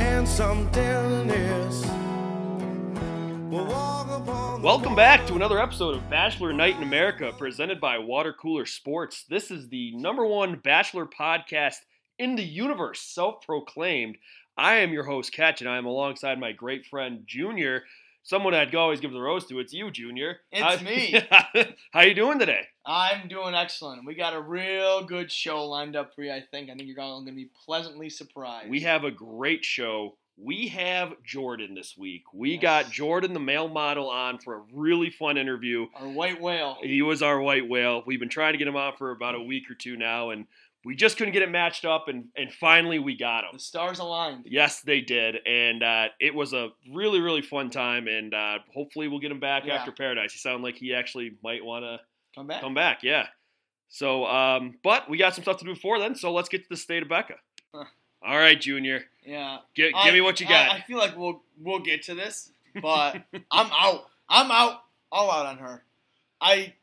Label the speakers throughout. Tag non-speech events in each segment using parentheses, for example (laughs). Speaker 1: I'm telling this. We'll walk upon the
Speaker 2: Welcome back to another episode of Bachelor Night in America presented by Water Cooler Sports. This is the number one Bachelor podcast in the universe, self proclaimed. I am your host, Catch, and I am alongside my great friend, Junior. Someone I'd always give the rose to. It's you, Junior.
Speaker 3: It's
Speaker 2: me. (laughs) How you doing today?
Speaker 3: I'm doing excellent. We got a real good show lined up for you, I think. I think you're all going to be pleasantly surprised.
Speaker 2: We have a great show. We have Jordan this week. We
Speaker 3: Yes.
Speaker 2: got Jordan, the male model, on for a really fun interview.
Speaker 3: our white whale.
Speaker 2: He was our white whale. We've been trying to get him on for about a week or two now, and we just couldn't get it matched up, and, and finally we got
Speaker 3: The
Speaker 2: him.
Speaker 3: stars aligned.
Speaker 2: Yes, they did, and uh, it was a really, really fun time, and uh, hopefully we'll get him back
Speaker 3: Yeah.
Speaker 2: after Paradise. He sounded like he actually might want to
Speaker 3: Come back.
Speaker 2: come back, yeah. So, um, but we got some stuff to do before then, so let's get to the state of Becca.
Speaker 3: Huh.
Speaker 2: All right, Junior,
Speaker 3: Yeah.
Speaker 2: gi- give
Speaker 3: I-
Speaker 2: me what you
Speaker 3: I-
Speaker 2: got.
Speaker 3: I, feel like we'll we'll get
Speaker 2: (laughs)
Speaker 3: to this, but I'm out. I'm out. All out on her. I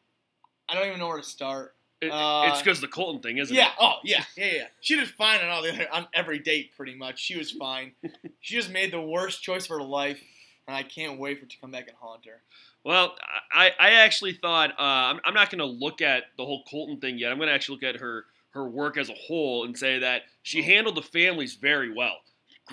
Speaker 3: I don't even know where to start.
Speaker 2: It-
Speaker 3: uh,
Speaker 2: it's because the Colton thing, isn't
Speaker 3: yeah.
Speaker 2: it?
Speaker 3: Oh, yeah. Yeah, yeah. She was fine on all the other, on every date, pretty much. She
Speaker 2: (laughs)
Speaker 3: was fine. she just made the worst choice of her life, and I can't wait for it to come back and haunt her.
Speaker 2: Well, I, I actually thought uh, I'm, I'm not going to look at the whole Colton thing yet. I'm going to actually look at her her work as a whole and say that
Speaker 3: Oh.
Speaker 2: she handled the families very well.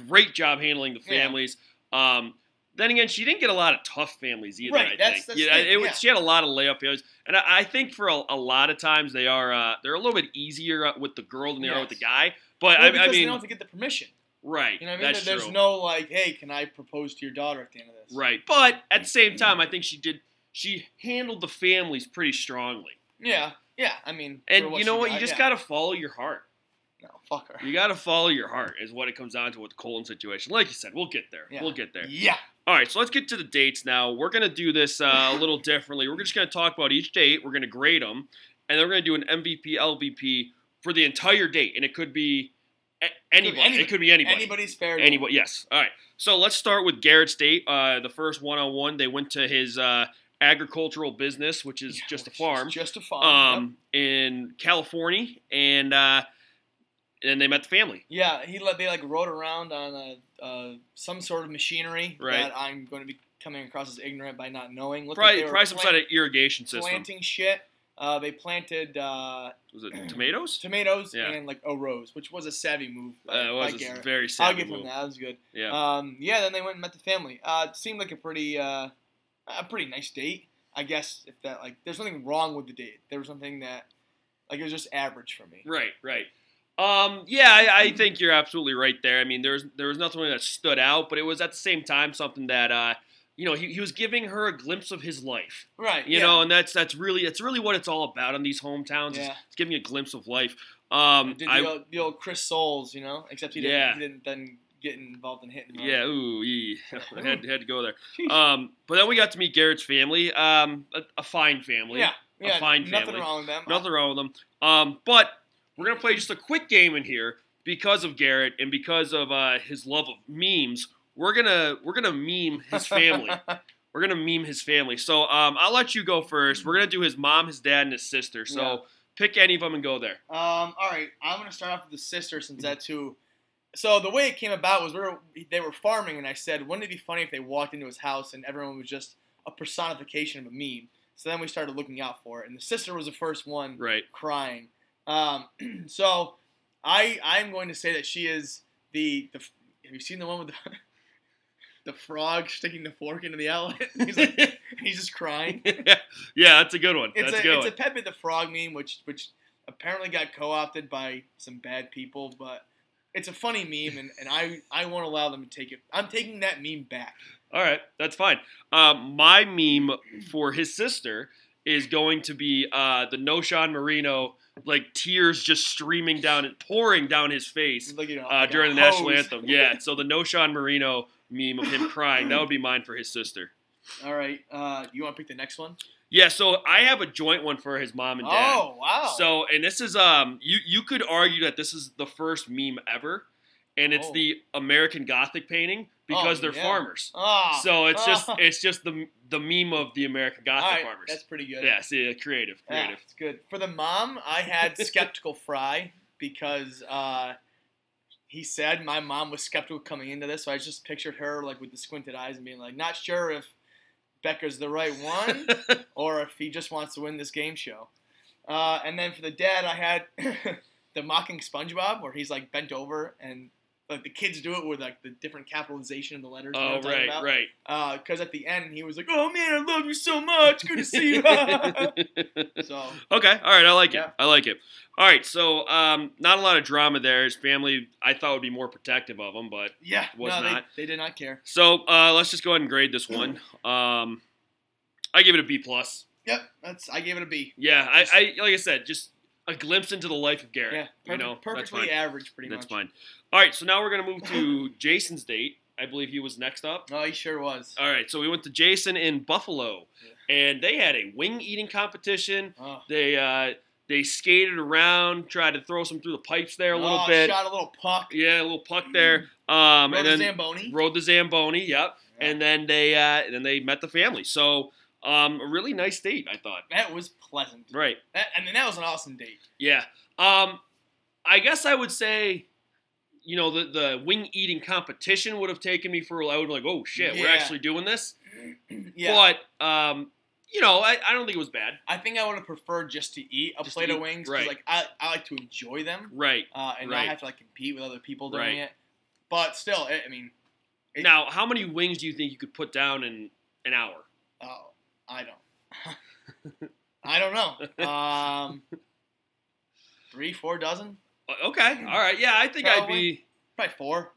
Speaker 2: Great job handling the
Speaker 3: Yeah.
Speaker 2: families. Um, then again, she didn't get a lot of tough families either.
Speaker 3: Right,
Speaker 2: I think.
Speaker 3: that's- that's
Speaker 2: yeah,
Speaker 3: the thing,
Speaker 2: it was-
Speaker 3: yeah.
Speaker 2: She had a lot of layup failures, and I, I think for a, a lot of times they are uh, they're a little bit easier uh, with the girl than they are with the
Speaker 3: Yes.
Speaker 2: guy. But
Speaker 3: Well,
Speaker 2: I,
Speaker 3: because
Speaker 2: I
Speaker 3: they
Speaker 2: mean,
Speaker 3: don't have to get the permission.
Speaker 2: right?
Speaker 3: You know what I mean?
Speaker 2: That's
Speaker 3: There- There's
Speaker 2: true.
Speaker 3: no like, hey, can I propose to your daughter at the end of this?
Speaker 2: Right. But at the same time, I think she did. She handled the families pretty strongly.
Speaker 3: Yeah. Yeah. I mean, for
Speaker 2: And you
Speaker 3: she
Speaker 2: know what?
Speaker 3: got,
Speaker 2: You just
Speaker 3: yeah.
Speaker 2: gotta follow your heart.
Speaker 3: no fuck her.
Speaker 2: You gotta follow your heart is what it comes down to with the Colton situation. Like you said, we'll get there.
Speaker 3: Yeah.
Speaker 2: We'll get there.
Speaker 3: Yeah.
Speaker 2: All right, so let's get to the dates now. We're gonna do this uh,
Speaker 3: (laughs)
Speaker 2: a little differently. We're just gonna talk about each date. We're gonna grade them, and then we're gonna do an MVP, LVP for the entire date, and it could be a- anybody.
Speaker 3: anybody.
Speaker 2: It could be anybody.
Speaker 3: Anybody's fair. game.
Speaker 2: Anybody, yes. All right. So let's start with Garrett State. Uh, the first one on one, they went to his uh, agricultural business, which is
Speaker 3: Yeah,
Speaker 2: just a
Speaker 3: which is
Speaker 2: farm,
Speaker 3: Just a farm. yep.
Speaker 2: um, in California, and uh, and they met the family.
Speaker 3: Yeah, he let they like rode around on a, uh, some sort of machinery
Speaker 2: Right.
Speaker 3: that I'm going to be coming across as ignorant by not knowing. Looked like
Speaker 2: Probably,
Speaker 3: they were
Speaker 2: probably some
Speaker 3: plant-
Speaker 2: sort of irrigation system.
Speaker 3: planting shit. Uh, they planted uh,
Speaker 2: Was it
Speaker 3: (clears throat)
Speaker 2: tomatoes?
Speaker 3: tomatoes
Speaker 2: Yeah.
Speaker 3: and like a rose, which was a savvy move
Speaker 2: Uh,
Speaker 3: by,
Speaker 2: it was
Speaker 3: by
Speaker 2: a
Speaker 3: Garrett.
Speaker 2: very sad
Speaker 3: I'll give
Speaker 2: move.
Speaker 3: him that. That was good.
Speaker 2: Yeah.
Speaker 3: Um, yeah, then they went and met the family. Uh, it seemed like a pretty, uh, a pretty nice date, I guess. If that like, there's nothing wrong with the date. There was something that, like, it was just average for me.
Speaker 2: Right, right. Um, yeah, I, I think you're absolutely right there. I mean, there was there was nothing that stood out, but it was at the same time something that uh, you know he, he was giving her a glimpse of his life.
Speaker 3: Right.
Speaker 2: you
Speaker 3: yeah.
Speaker 2: know, and that's that's really that's really what it's all about on these hometowns. is
Speaker 3: Yeah.
Speaker 2: It's giving you a glimpse of life. Um,
Speaker 3: Did the,
Speaker 2: I,
Speaker 3: old, the old Chris Soules, you know, except he didn't,
Speaker 2: Yeah.
Speaker 3: he didn't then get involved in hitting. on
Speaker 2: yeah, ooh, yee. (laughs) I had, had to go
Speaker 3: (laughs)
Speaker 2: there.
Speaker 3: Sheesh.
Speaker 2: Um, but then we got to meet Garrett's family, um, a, a fine family.
Speaker 3: yeah, yeah,
Speaker 2: fine
Speaker 3: nothing
Speaker 2: family.
Speaker 3: wrong with them.
Speaker 2: Nothing wrong with them. Um, but we're gonna play just a quick game in here because of Garrett and because of uh, his love of memes. We're gonna we're gonna meme his
Speaker 3: (laughs)
Speaker 2: family. we're gonna meme his family. So um, I'll let you go first. We're gonna do his mom, his dad, and his sister. So
Speaker 3: Yeah.
Speaker 2: pick any of them and go there.
Speaker 3: (laughs) Um, all right, I'm gonna start off with the sister since that's who. So the way it came about was we were, they were farming, and I said, wouldn't it be funny if they walked into his house and everyone was just a personification of a meme? So then we started looking out for it, and the sister was the first one
Speaker 2: Right. (laughs)
Speaker 3: crying. Um, (clears throat) so I I'm going to say that she is the the. Have you seen the one with the, (laughs) the frog sticking the fork into the outlet? (laughs) he's like he's just crying.
Speaker 2: yeah, that's a good one.
Speaker 3: It's
Speaker 2: that's a,
Speaker 3: a
Speaker 2: good
Speaker 3: it's
Speaker 2: one.
Speaker 3: a Pepe the Frog meme, which which apparently got co-opted by some bad people, but it's a funny meme, and, and I I won't allow them to take it. I'm taking that meme back.
Speaker 2: All right, that's fine. Um, my meme for his sister is going to be uh, the No Sean Marino, like tears just streaming down and pouring down his face
Speaker 3: Look, you know,
Speaker 2: uh,
Speaker 3: like a
Speaker 2: during the national
Speaker 3: hose.
Speaker 2: anthem. Yeah, so the No Sean Marino meme of him crying that would be mine for his sister.
Speaker 3: All right, uh, you want to pick the next one?
Speaker 2: Yeah, so I have a joint one for his mom and dad.
Speaker 3: Oh wow!
Speaker 2: So, and this is um, you you could argue that this is the first meme ever, and it's
Speaker 3: Oh.
Speaker 2: the American Gothic painting because they're
Speaker 3: yeah.
Speaker 2: farmers.
Speaker 3: Ah,
Speaker 2: So it's just
Speaker 3: (laughs) Ah.
Speaker 2: it's just the the meme of the American Gothic
Speaker 3: all right,
Speaker 2: farmers.
Speaker 3: that's pretty good.
Speaker 2: yeah, see, creative,
Speaker 3: Yeah,
Speaker 2: creative. (laughs)
Speaker 3: it's good. For the mom, I had skeptical fry because uh, he said my mom was skeptical coming into this, so I just pictured her like with the squinted eyes and being like, not sure if Becker's the right
Speaker 2: (laughs)
Speaker 3: one or if he just wants to win this game show. Uh, and then for the dad, I had (coughs) the mocking SpongeBob, where he's like bent over and like the kids do it with like the different capitalization of the letters. you know what
Speaker 2: oh
Speaker 3: I'm talking
Speaker 2: right,
Speaker 3: about?
Speaker 2: right.
Speaker 3: Because at the end, he was like, "Oh man, I love you so much. Good to (laughs)
Speaker 2: (laughs)
Speaker 3: see you." (laughs) so
Speaker 2: Okay, all right, I like it.
Speaker 3: Yeah.
Speaker 2: I like it. All right, so um, not a lot of drama there. His family, I thought, would be more protective of him, but
Speaker 3: yeah,
Speaker 2: Was
Speaker 3: no,
Speaker 2: not.
Speaker 3: They, they did not care.
Speaker 2: so uh, let's just go ahead and grade this
Speaker 3: (clears throat)
Speaker 2: one. Um, I give it a B plus.
Speaker 3: Yep, that's. I gave it a B.
Speaker 2: Yeah,
Speaker 3: Just-
Speaker 2: I, I like I said, just a glimpse into the life of Garrett.
Speaker 3: Yeah,
Speaker 2: you
Speaker 3: perfect-
Speaker 2: know, that's
Speaker 3: perfectly
Speaker 2: fine.
Speaker 3: average, pretty
Speaker 2: That's
Speaker 3: much.
Speaker 2: fine. All right, so now we're gonna move
Speaker 3: (laughs)
Speaker 2: to Jason's date. I believe he was next up.
Speaker 3: No, Oh, he sure was.
Speaker 2: All right, so we went to Jason in Buffalo, and they had a wing eating competition.
Speaker 3: Oh.
Speaker 2: They uh, they skated around, tried to throw some through the pipes there a little
Speaker 3: Oh,
Speaker 2: bit.
Speaker 3: Shot a little puck.
Speaker 2: Yeah, a little puck there. Um,
Speaker 3: Rhoda
Speaker 2: and then
Speaker 3: Zamboni.
Speaker 2: rode the Zamboni. Yep. And then they uh, and then they met the family. So um, a really nice date, I thought.
Speaker 3: that was pleasant.
Speaker 2: Right.
Speaker 3: That, I mean, that was an awesome date. (clears throat)
Speaker 2: Yeah. Um, I guess I would say, you know, the the wing eating competition would have taken me for. I would be like, oh shit, we're
Speaker 3: Yeah.
Speaker 2: actually doing this.
Speaker 3: Yeah,
Speaker 2: But um, you know, I, I don't think it was bad.
Speaker 3: I think I would have preferred just to eat a
Speaker 2: Just to
Speaker 3: plate of
Speaker 2: eat,
Speaker 3: wings
Speaker 2: right.
Speaker 3: because, like, I, I like to enjoy them
Speaker 2: Right.
Speaker 3: uh, and
Speaker 2: Right.
Speaker 3: not have to like compete with other people doing
Speaker 2: Right.
Speaker 3: it. But still, I I mean, It-
Speaker 2: now, how many wings do you think you could put down in an hour?
Speaker 3: oh, I don't, (laughs) I don't
Speaker 2: (laughs)
Speaker 3: know. Um, three, four dozen,
Speaker 2: Uh, Okay. All right. Yeah, I think I'd be.
Speaker 3: probably four.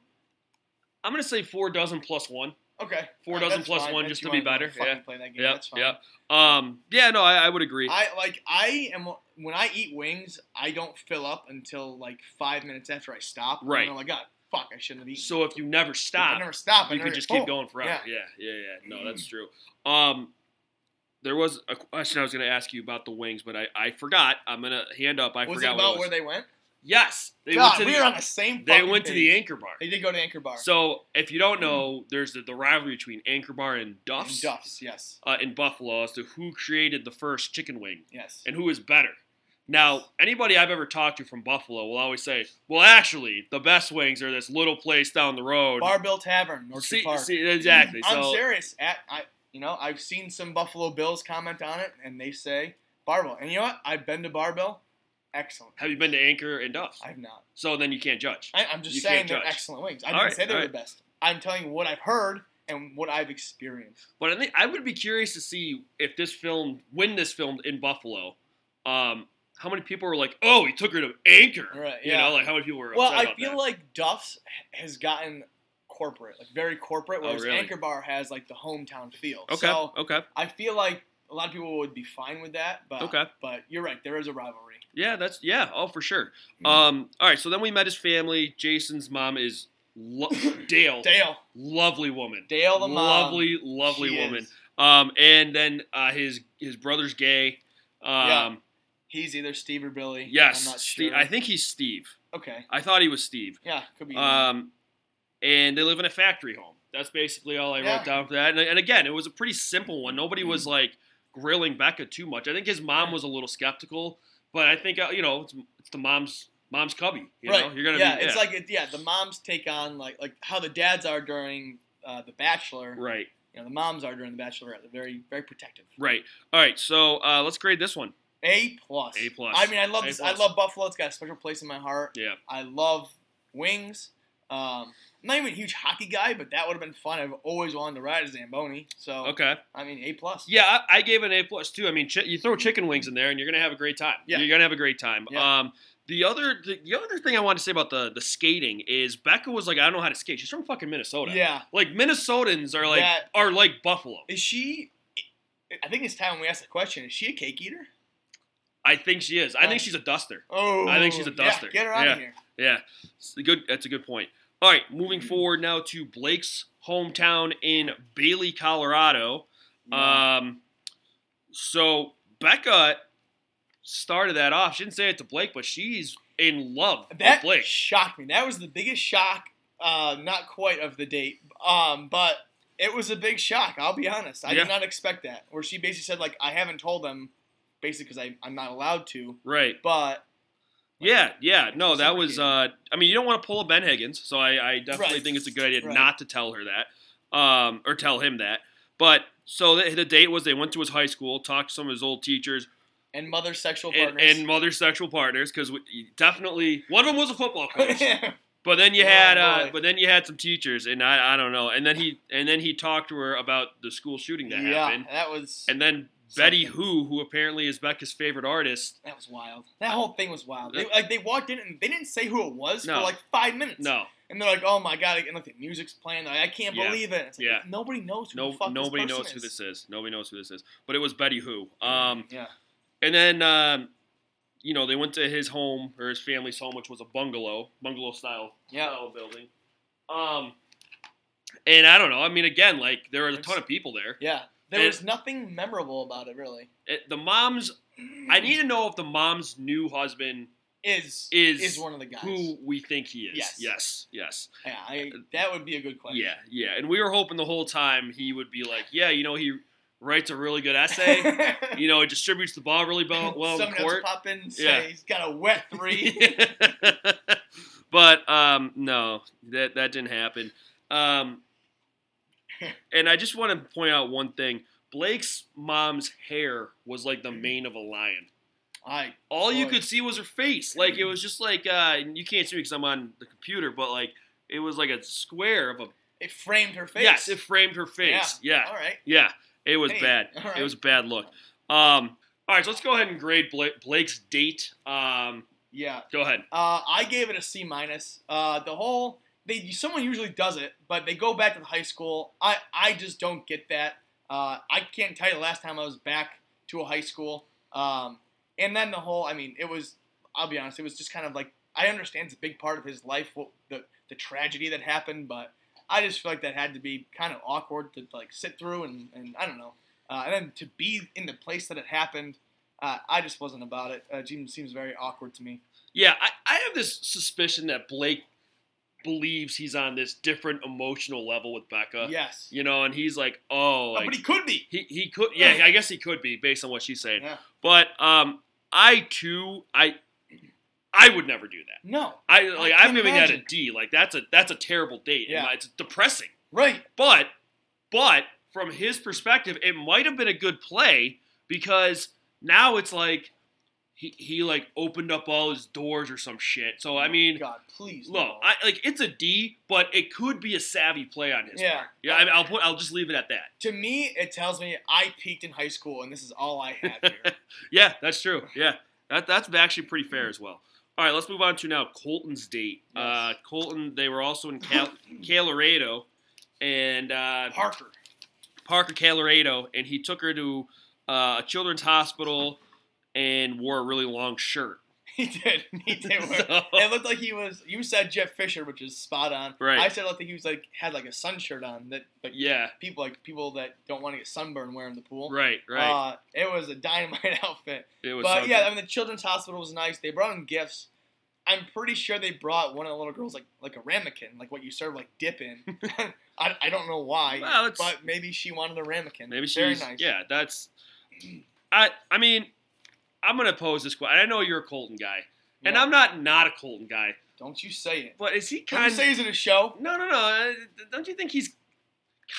Speaker 2: I'm gonna say four dozen plus one.
Speaker 3: Okay,
Speaker 2: Four
Speaker 3: Uh,
Speaker 2: dozen
Speaker 3: that's
Speaker 2: plus
Speaker 3: fine.
Speaker 2: one
Speaker 3: If
Speaker 2: just
Speaker 3: you
Speaker 2: to be
Speaker 3: wanna
Speaker 2: better,
Speaker 3: fucking
Speaker 2: yeah.
Speaker 3: play that game.
Speaker 2: Yeah,
Speaker 3: that's fine.
Speaker 2: yeah. Um, yeah, no, I, I would agree.
Speaker 3: I like I am when I eat wings, I don't fill up until like five minutes after I stop.
Speaker 2: Right.
Speaker 3: And I'm like, God, fuck, I shouldn't have eaten.
Speaker 2: so if you never
Speaker 3: I
Speaker 2: stop,
Speaker 3: never stop. Hmm. I
Speaker 2: you could
Speaker 3: never Oh,
Speaker 2: just
Speaker 3: get
Speaker 2: keep
Speaker 3: full.
Speaker 2: going forever. Yeah. yeah, yeah, No, that's true. Um, there was a question I was gonna ask you about the wings, but I, I forgot. I'm gonna hand up. I
Speaker 3: was it
Speaker 2: forgot what
Speaker 3: about
Speaker 2: it
Speaker 3: where
Speaker 2: was.
Speaker 3: they went?
Speaker 2: yes, they
Speaker 3: God,
Speaker 2: went to
Speaker 3: we
Speaker 2: the,
Speaker 3: are on the same.
Speaker 2: they
Speaker 3: fucking
Speaker 2: went to the
Speaker 3: page.
Speaker 2: Anchor Bar.
Speaker 3: They did go to Anchor Bar.
Speaker 2: So if you don't know, there's the, the rivalry between Anchor Bar and
Speaker 3: And
Speaker 2: Duff's
Speaker 3: Duff's, yes,
Speaker 2: Uh, in Buffalo as to who created the first chicken wing.
Speaker 3: yes.
Speaker 2: and who is better. Now, anybody I've ever talked to from Buffalo will always say, "Well, actually, the best wings are this little place down the road."
Speaker 3: Barbell Tavern, North
Speaker 2: See-
Speaker 3: Park.
Speaker 2: see, exactly.
Speaker 3: I'm
Speaker 2: So,
Speaker 3: serious. At, I, you know, I've seen some Buffalo Bills comment on it, and they say Barbell. And you know what? I've been to Barbell. Excellent.
Speaker 2: have you been to Anchor and Duff's?
Speaker 3: I've not.
Speaker 2: So then you can't judge.
Speaker 3: I, I'm just
Speaker 2: You
Speaker 3: saying
Speaker 2: can't
Speaker 3: they're
Speaker 2: judge.
Speaker 3: excellent wings. I
Speaker 2: All
Speaker 3: didn't
Speaker 2: right,
Speaker 3: say they
Speaker 2: all
Speaker 3: were
Speaker 2: right.
Speaker 3: the best. I'm telling you what I've heard and what I've experienced.
Speaker 2: But I think I would be curious to see if this film, when this filmed in Buffalo, um, how many people were like, "Oh, he took her to Anchor,"
Speaker 3: Right,
Speaker 2: you
Speaker 3: yeah.
Speaker 2: know, like how many people were.
Speaker 3: Well,
Speaker 2: upset
Speaker 3: I
Speaker 2: about
Speaker 3: feel
Speaker 2: that?
Speaker 3: like Duff's has gotten corporate, like very corporate,
Speaker 2: Oh,
Speaker 3: whereas
Speaker 2: really?
Speaker 3: Anchor Bar has like the hometown feel.
Speaker 2: okay,
Speaker 3: So
Speaker 2: okay,
Speaker 3: I feel like a lot of people would be fine with that, but
Speaker 2: Okay.
Speaker 3: but you're right, there is a rivalry.
Speaker 2: yeah, that's yeah, oh for sure.
Speaker 3: Mm-hmm.
Speaker 2: Um, all right, so then we met his family. Jason's mom is lo-
Speaker 3: (laughs)
Speaker 2: Dale,
Speaker 3: Dale,
Speaker 2: lovely woman.
Speaker 3: Dale the mom,
Speaker 2: lovely, lovely
Speaker 3: She
Speaker 2: woman.
Speaker 3: is-
Speaker 2: Um, and then uh, his his brother's gay. Um,
Speaker 3: He's either Steve or Billy.
Speaker 2: Yes,
Speaker 3: I'm not
Speaker 2: Steve-
Speaker 3: sure.
Speaker 2: I think he's Steve.
Speaker 3: Okay.
Speaker 2: I thought he was Steve.
Speaker 3: Yeah, could be.
Speaker 2: Um, and they live in a factory home. That's basically all I
Speaker 3: Yeah. Mm-hmm.
Speaker 2: wrote down for that. And, and again, it was a pretty simple one. Nobody was like grilling Becca too much. I think his mom was a little skeptical, but I think uh, you know it's, it's the mom's mom's cubby. You know, you're gonna
Speaker 3: yeah,
Speaker 2: be
Speaker 3: it's like it, yeah, the moms take on like like how the dads are during uh, the Bachelor.
Speaker 2: right,
Speaker 3: You know, the moms are during the Bachelorette. They're very very protective.
Speaker 2: right. All right, so uh, let's grade this one.
Speaker 3: A plus.
Speaker 2: A plus.
Speaker 3: I mean, I love
Speaker 2: A
Speaker 3: this.
Speaker 2: plus.
Speaker 3: I love Buffalo. It's got a special place in my heart.
Speaker 2: Yeah.
Speaker 3: I love wings. Um, I'm not even a huge hockey guy, but that would have been fun. I've always wanted to ride a Zamboni. So
Speaker 2: Okay.
Speaker 3: I mean, A plus.
Speaker 2: Yeah, I, I gave it an A plus too. I mean, chi- you throw chicken wings in there, and you're gonna have a great time.
Speaker 3: Yeah.
Speaker 2: you're gonna have a great time.
Speaker 3: Yeah.
Speaker 2: Um, the other the, the other thing I want to say about the the skating is Becca was like, I don't know how to skate. She's from fucking Minnesota.
Speaker 3: Yeah.
Speaker 2: Like Minnesotans are like
Speaker 3: That-
Speaker 2: are like Buffalo.
Speaker 3: Is she? I think it's time we ask the question. Is she a cake eater?
Speaker 2: I think she is. I think
Speaker 3: Uh,
Speaker 2: she's a duster.
Speaker 3: Oh,
Speaker 2: I think she's a
Speaker 3: yeah,
Speaker 2: duster.
Speaker 3: get her out
Speaker 2: Yeah.
Speaker 3: of here.
Speaker 2: Yeah, It's a good. That's a good point. All right, moving forward now to Blake's hometown in Bailey, Colorado. Um, so Becca started that off. She didn't say it to Blake, but she's in love
Speaker 3: That
Speaker 2: with Blake.
Speaker 3: shocked me. That was the biggest shock, uh, not quite of the date, um, but it was a big shock. I'll be honest. I
Speaker 2: Yeah.
Speaker 3: did not expect that. Where she basically said, like, I haven't told them, basically because I'm not allowed to,
Speaker 2: right.
Speaker 3: but
Speaker 2: Yeah, yeah. No, that
Speaker 3: Super
Speaker 2: was.
Speaker 3: cute.
Speaker 2: Uh, I mean, you don't want to pull a Ben Higgins, so I, I definitely
Speaker 3: Right.
Speaker 2: think it's a good idea
Speaker 3: Right.
Speaker 2: not to tell her that, um, or tell him that. But so the, the date was they went to his high school, talked to some of his old teachers
Speaker 3: and mother sexual
Speaker 2: and,
Speaker 3: partners.
Speaker 2: and mother sexual partners because definitely one of them was a
Speaker 3: (laughs)
Speaker 2: football (laughs) coach.
Speaker 3: (laughs) Yeah.
Speaker 2: But then you
Speaker 3: Oh,
Speaker 2: had, uh,
Speaker 3: boy.
Speaker 2: but then you had some teachers, and I, I don't know. And then he, and then he talked to her about the school shooting that happened,
Speaker 3: that was
Speaker 2: and then Betty
Speaker 3: Something.
Speaker 2: Who, who apparently is Becca's favorite artist.
Speaker 3: that was wild. That whole thing was wild. They, like they walked in and they didn't say who it was
Speaker 2: No.
Speaker 3: for like five minutes.
Speaker 2: No,
Speaker 3: And they're like, "Oh my god!" And like the music's playing. Like, I can't
Speaker 2: Yeah.
Speaker 3: believe it. It's like,
Speaker 2: Yeah.
Speaker 3: Nobody knows who the
Speaker 2: no,
Speaker 3: fuck
Speaker 2: nobody
Speaker 3: this
Speaker 2: knows
Speaker 3: person
Speaker 2: who
Speaker 3: is. Hmm.
Speaker 2: this is. Nobody knows who this is. But it was Betty Who. Um,
Speaker 3: Yeah.
Speaker 2: and then, um, you know, they went to his home or his family's home, which was a bungalow, bungalow style,
Speaker 3: Yeah.
Speaker 2: style building. Um, and I don't know. I mean, again, like there were a ton of people there.
Speaker 3: Yeah. There
Speaker 2: And-
Speaker 3: was nothing memorable about it, really.
Speaker 2: It, the moms, I need to know if the mom's new husband
Speaker 3: is
Speaker 2: is
Speaker 3: one of the guys.
Speaker 2: who we think he is.
Speaker 3: Yes.
Speaker 2: yes, yes.
Speaker 3: Yeah, I, that would be a good question.
Speaker 2: yeah, yeah. And we were hoping the whole time he would be like, yeah, you know, he writes a really good (laughs)
Speaker 3: (laughs)
Speaker 2: essay. you know, he distributes the ball really bo- well in
Speaker 3: Someone else
Speaker 2: court.
Speaker 3: pop in and say
Speaker 2: Yeah.
Speaker 3: he's got a wet three.
Speaker 2: (laughs) but um, no, that that didn't happen. Um, and I just want to point out one thing: Blake's mom's hair was like the mane of a lion.
Speaker 3: I
Speaker 2: all you
Speaker 3: Boy.
Speaker 2: could see was her face. Like it was just like uh, and you can't see because I'm on the computer, but like it was like a square of a
Speaker 3: it framed her face.
Speaker 2: yes, it framed her face. Yeah,
Speaker 3: All right.
Speaker 2: yeah, it was
Speaker 3: Hey,
Speaker 2: bad.
Speaker 3: Oh. (laughs) all right.
Speaker 2: It was a bad look. Um, all right, so let's go ahead and grade Bla- Blake's date. Um,
Speaker 3: Yeah.
Speaker 2: go ahead.
Speaker 3: Uh, I gave it a C minus. Uh, the whole they someone usually does it, but they go back to the high school. I I just don't get that. Uh, I can't tell you the last time I was back to a high school. Um, and then the whole I mean it was I'll be honest it was just kind of like I understand it's a big part of his life what the the tragedy that happened, but I just feel like that had to be kind of awkward to like sit through and and I don't know. Uh, and then to be in the place that it happened, uh, I just wasn't about it. Uh, it seems seems very awkward to me.
Speaker 2: Yeah, I, I have this suspicion that Blake believes he's on this different emotional level with Becca.
Speaker 3: yes.
Speaker 2: You know, and he's like, oh,
Speaker 3: Uh,
Speaker 2: like,
Speaker 3: but he could be.
Speaker 2: He he could yeah, I guess he could be based on what she's saying.
Speaker 3: Yeah.
Speaker 2: But um I too I I would never do that.
Speaker 3: No.
Speaker 2: I like
Speaker 3: I
Speaker 2: I
Speaker 3: can
Speaker 2: am giving that a
Speaker 3: imagine.
Speaker 2: D. Like that's a that's a terrible date.
Speaker 3: Yeah.
Speaker 2: Yeah. It's depressing.
Speaker 3: Right.
Speaker 2: But but from his perspective, it might have been a good play because now it's like he, he like opened up all his doors or some shit. So I mean
Speaker 3: Oh God, please.
Speaker 2: Look, I, like it's a D, but it could be a savvy play on his
Speaker 3: Yeah.
Speaker 2: part. Yeah, I mean, I'll put, I'll just leave it at that.
Speaker 3: to me, it tells me I peaked in high school, and this is all I have
Speaker 2: (laughs)
Speaker 3: here.
Speaker 2: Yeah, that's true. Yeah, that, that's actually pretty fair as well. All right, let's move on to now Colton's date. Uh, Colton, they were also in Cal- Colorado, and uh,
Speaker 3: Harker.
Speaker 2: Parker Colorado, and he took her to uh, a children's hospital and wore a really long shirt.
Speaker 3: (laughs) He did. He did.
Speaker 2: (laughs)
Speaker 3: Work.
Speaker 2: So-
Speaker 3: (laughs) It looked like he was. You said Jeff Fisher, which is spot on.
Speaker 2: Right.
Speaker 3: I said I think he was like had like a sun shirt on that like
Speaker 2: Yeah,
Speaker 3: people like people that don't want to get sunburned wear in the pool.
Speaker 2: right, right.
Speaker 3: Uh, it was a dynamite (laughs) outfit.
Speaker 2: it was
Speaker 3: But
Speaker 2: something.
Speaker 3: yeah, I mean the children's hospital was nice. They brought in gifts. I'm pretty sure they brought one of the little girls like like a ramekin, like what you serve like dip in.
Speaker 2: (laughs)
Speaker 3: (laughs) I, I don't know why,
Speaker 2: Well, it's-
Speaker 3: but maybe she wanted a ramekin.
Speaker 2: Maybe she's
Speaker 3: Very nice.
Speaker 2: yeah. That's I. I mean, I'm gonna pose this question. I know you're a Colton guy, and
Speaker 3: Yeah.
Speaker 2: I'm not not a Colton guy,
Speaker 3: Don't you say it.
Speaker 2: but is he
Speaker 3: Don't you
Speaker 2: kind of
Speaker 3: say he's in a show.
Speaker 2: No, no, no. Uh, Don't you think he's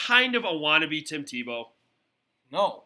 Speaker 2: kind of a wannabe Tim Tebow?
Speaker 3: No,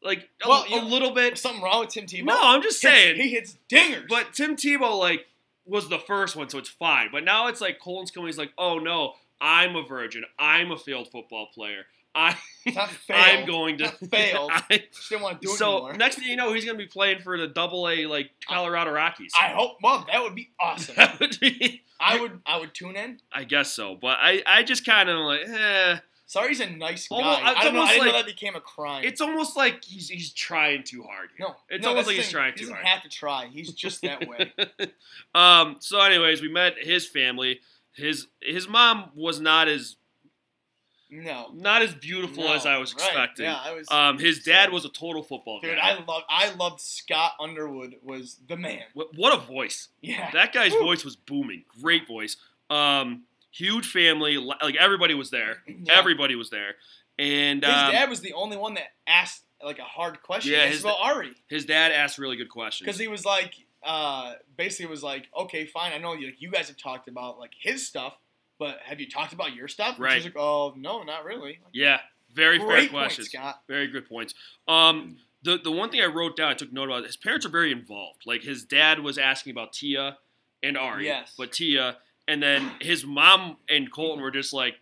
Speaker 2: Like a,
Speaker 3: Well,
Speaker 2: a
Speaker 3: you-
Speaker 2: little
Speaker 3: there's
Speaker 2: bit.
Speaker 3: something wrong with Tim Tebow.
Speaker 2: No, I'm just saying.
Speaker 3: he hits dingers.
Speaker 2: But Tim Tebow like was the first one, so it's fine. But now it's like Colin's coming. He's like, oh no, I'm a virgin. I'm a failed football player. I
Speaker 3: It's not failed.
Speaker 2: (laughs) I'm going to
Speaker 3: Not (laughs)
Speaker 2: (laughs)
Speaker 3: failed.
Speaker 2: I-
Speaker 3: Just didn't want to do it
Speaker 2: so
Speaker 3: anymore.
Speaker 2: next thing you know, he's gonna be playing for the Double A like Colorado Rockies. (laughs)
Speaker 3: I hope. Well, that would be awesome.
Speaker 2: That would be-
Speaker 3: I would. I would tune in.
Speaker 2: I guess so, but I, I just kind of like, eh.
Speaker 3: Sorry, he's a nice guy.
Speaker 2: Almost-
Speaker 3: I don't know.
Speaker 2: almost
Speaker 3: I didn't know
Speaker 2: like-
Speaker 3: that became a crime.
Speaker 2: It's almost like he's he's trying too hard here.
Speaker 3: No,
Speaker 2: It's
Speaker 3: no,
Speaker 2: almost like
Speaker 3: that's the
Speaker 2: he's
Speaker 3: thing.
Speaker 2: trying
Speaker 3: He
Speaker 2: too
Speaker 3: doesn't
Speaker 2: hard.
Speaker 3: have to try. He's just that
Speaker 2: (laughs)
Speaker 3: way.
Speaker 2: um. So, anyways, we met his family. His his mom was not as
Speaker 3: No,
Speaker 2: not as beautiful
Speaker 3: No.
Speaker 2: as I was
Speaker 3: Right.
Speaker 2: expecting.
Speaker 3: Yeah, I was.
Speaker 2: Um. His dad was a total football
Speaker 3: dude,
Speaker 2: guy.
Speaker 3: I love. I loved Scott Underwood. Was the man.
Speaker 2: Wh- what a voice!
Speaker 3: Yeah.
Speaker 2: That guy's
Speaker 3: Woo.
Speaker 2: voice was booming. Great voice. Um. Huge family. li- Like everybody was there.
Speaker 3: (laughs) Yeah.
Speaker 2: Everybody was there. And
Speaker 3: His
Speaker 2: um,
Speaker 3: dad was the only one that asked like a hard question.
Speaker 2: Yeah,
Speaker 3: Yeah, his
Speaker 2: his-
Speaker 3: about Ari
Speaker 2: his dad asked really good questions.
Speaker 3: because he was like, uh, basically was like, okay, fine. I know you, you guys have talked about like his stuff, but have you talked about your stuff? And
Speaker 2: Right.
Speaker 3: She's like, oh no, not really. Like,
Speaker 2: Yeah, very fair
Speaker 3: Great point,
Speaker 2: questions.
Speaker 3: Scott.
Speaker 2: Very good points. Um, the the one thing I wrote down, I took note about. His parents are very involved. Like his dad was asking about Tia and Ari,
Speaker 3: Yes.
Speaker 2: but Tia, and then his mom and Colton were just like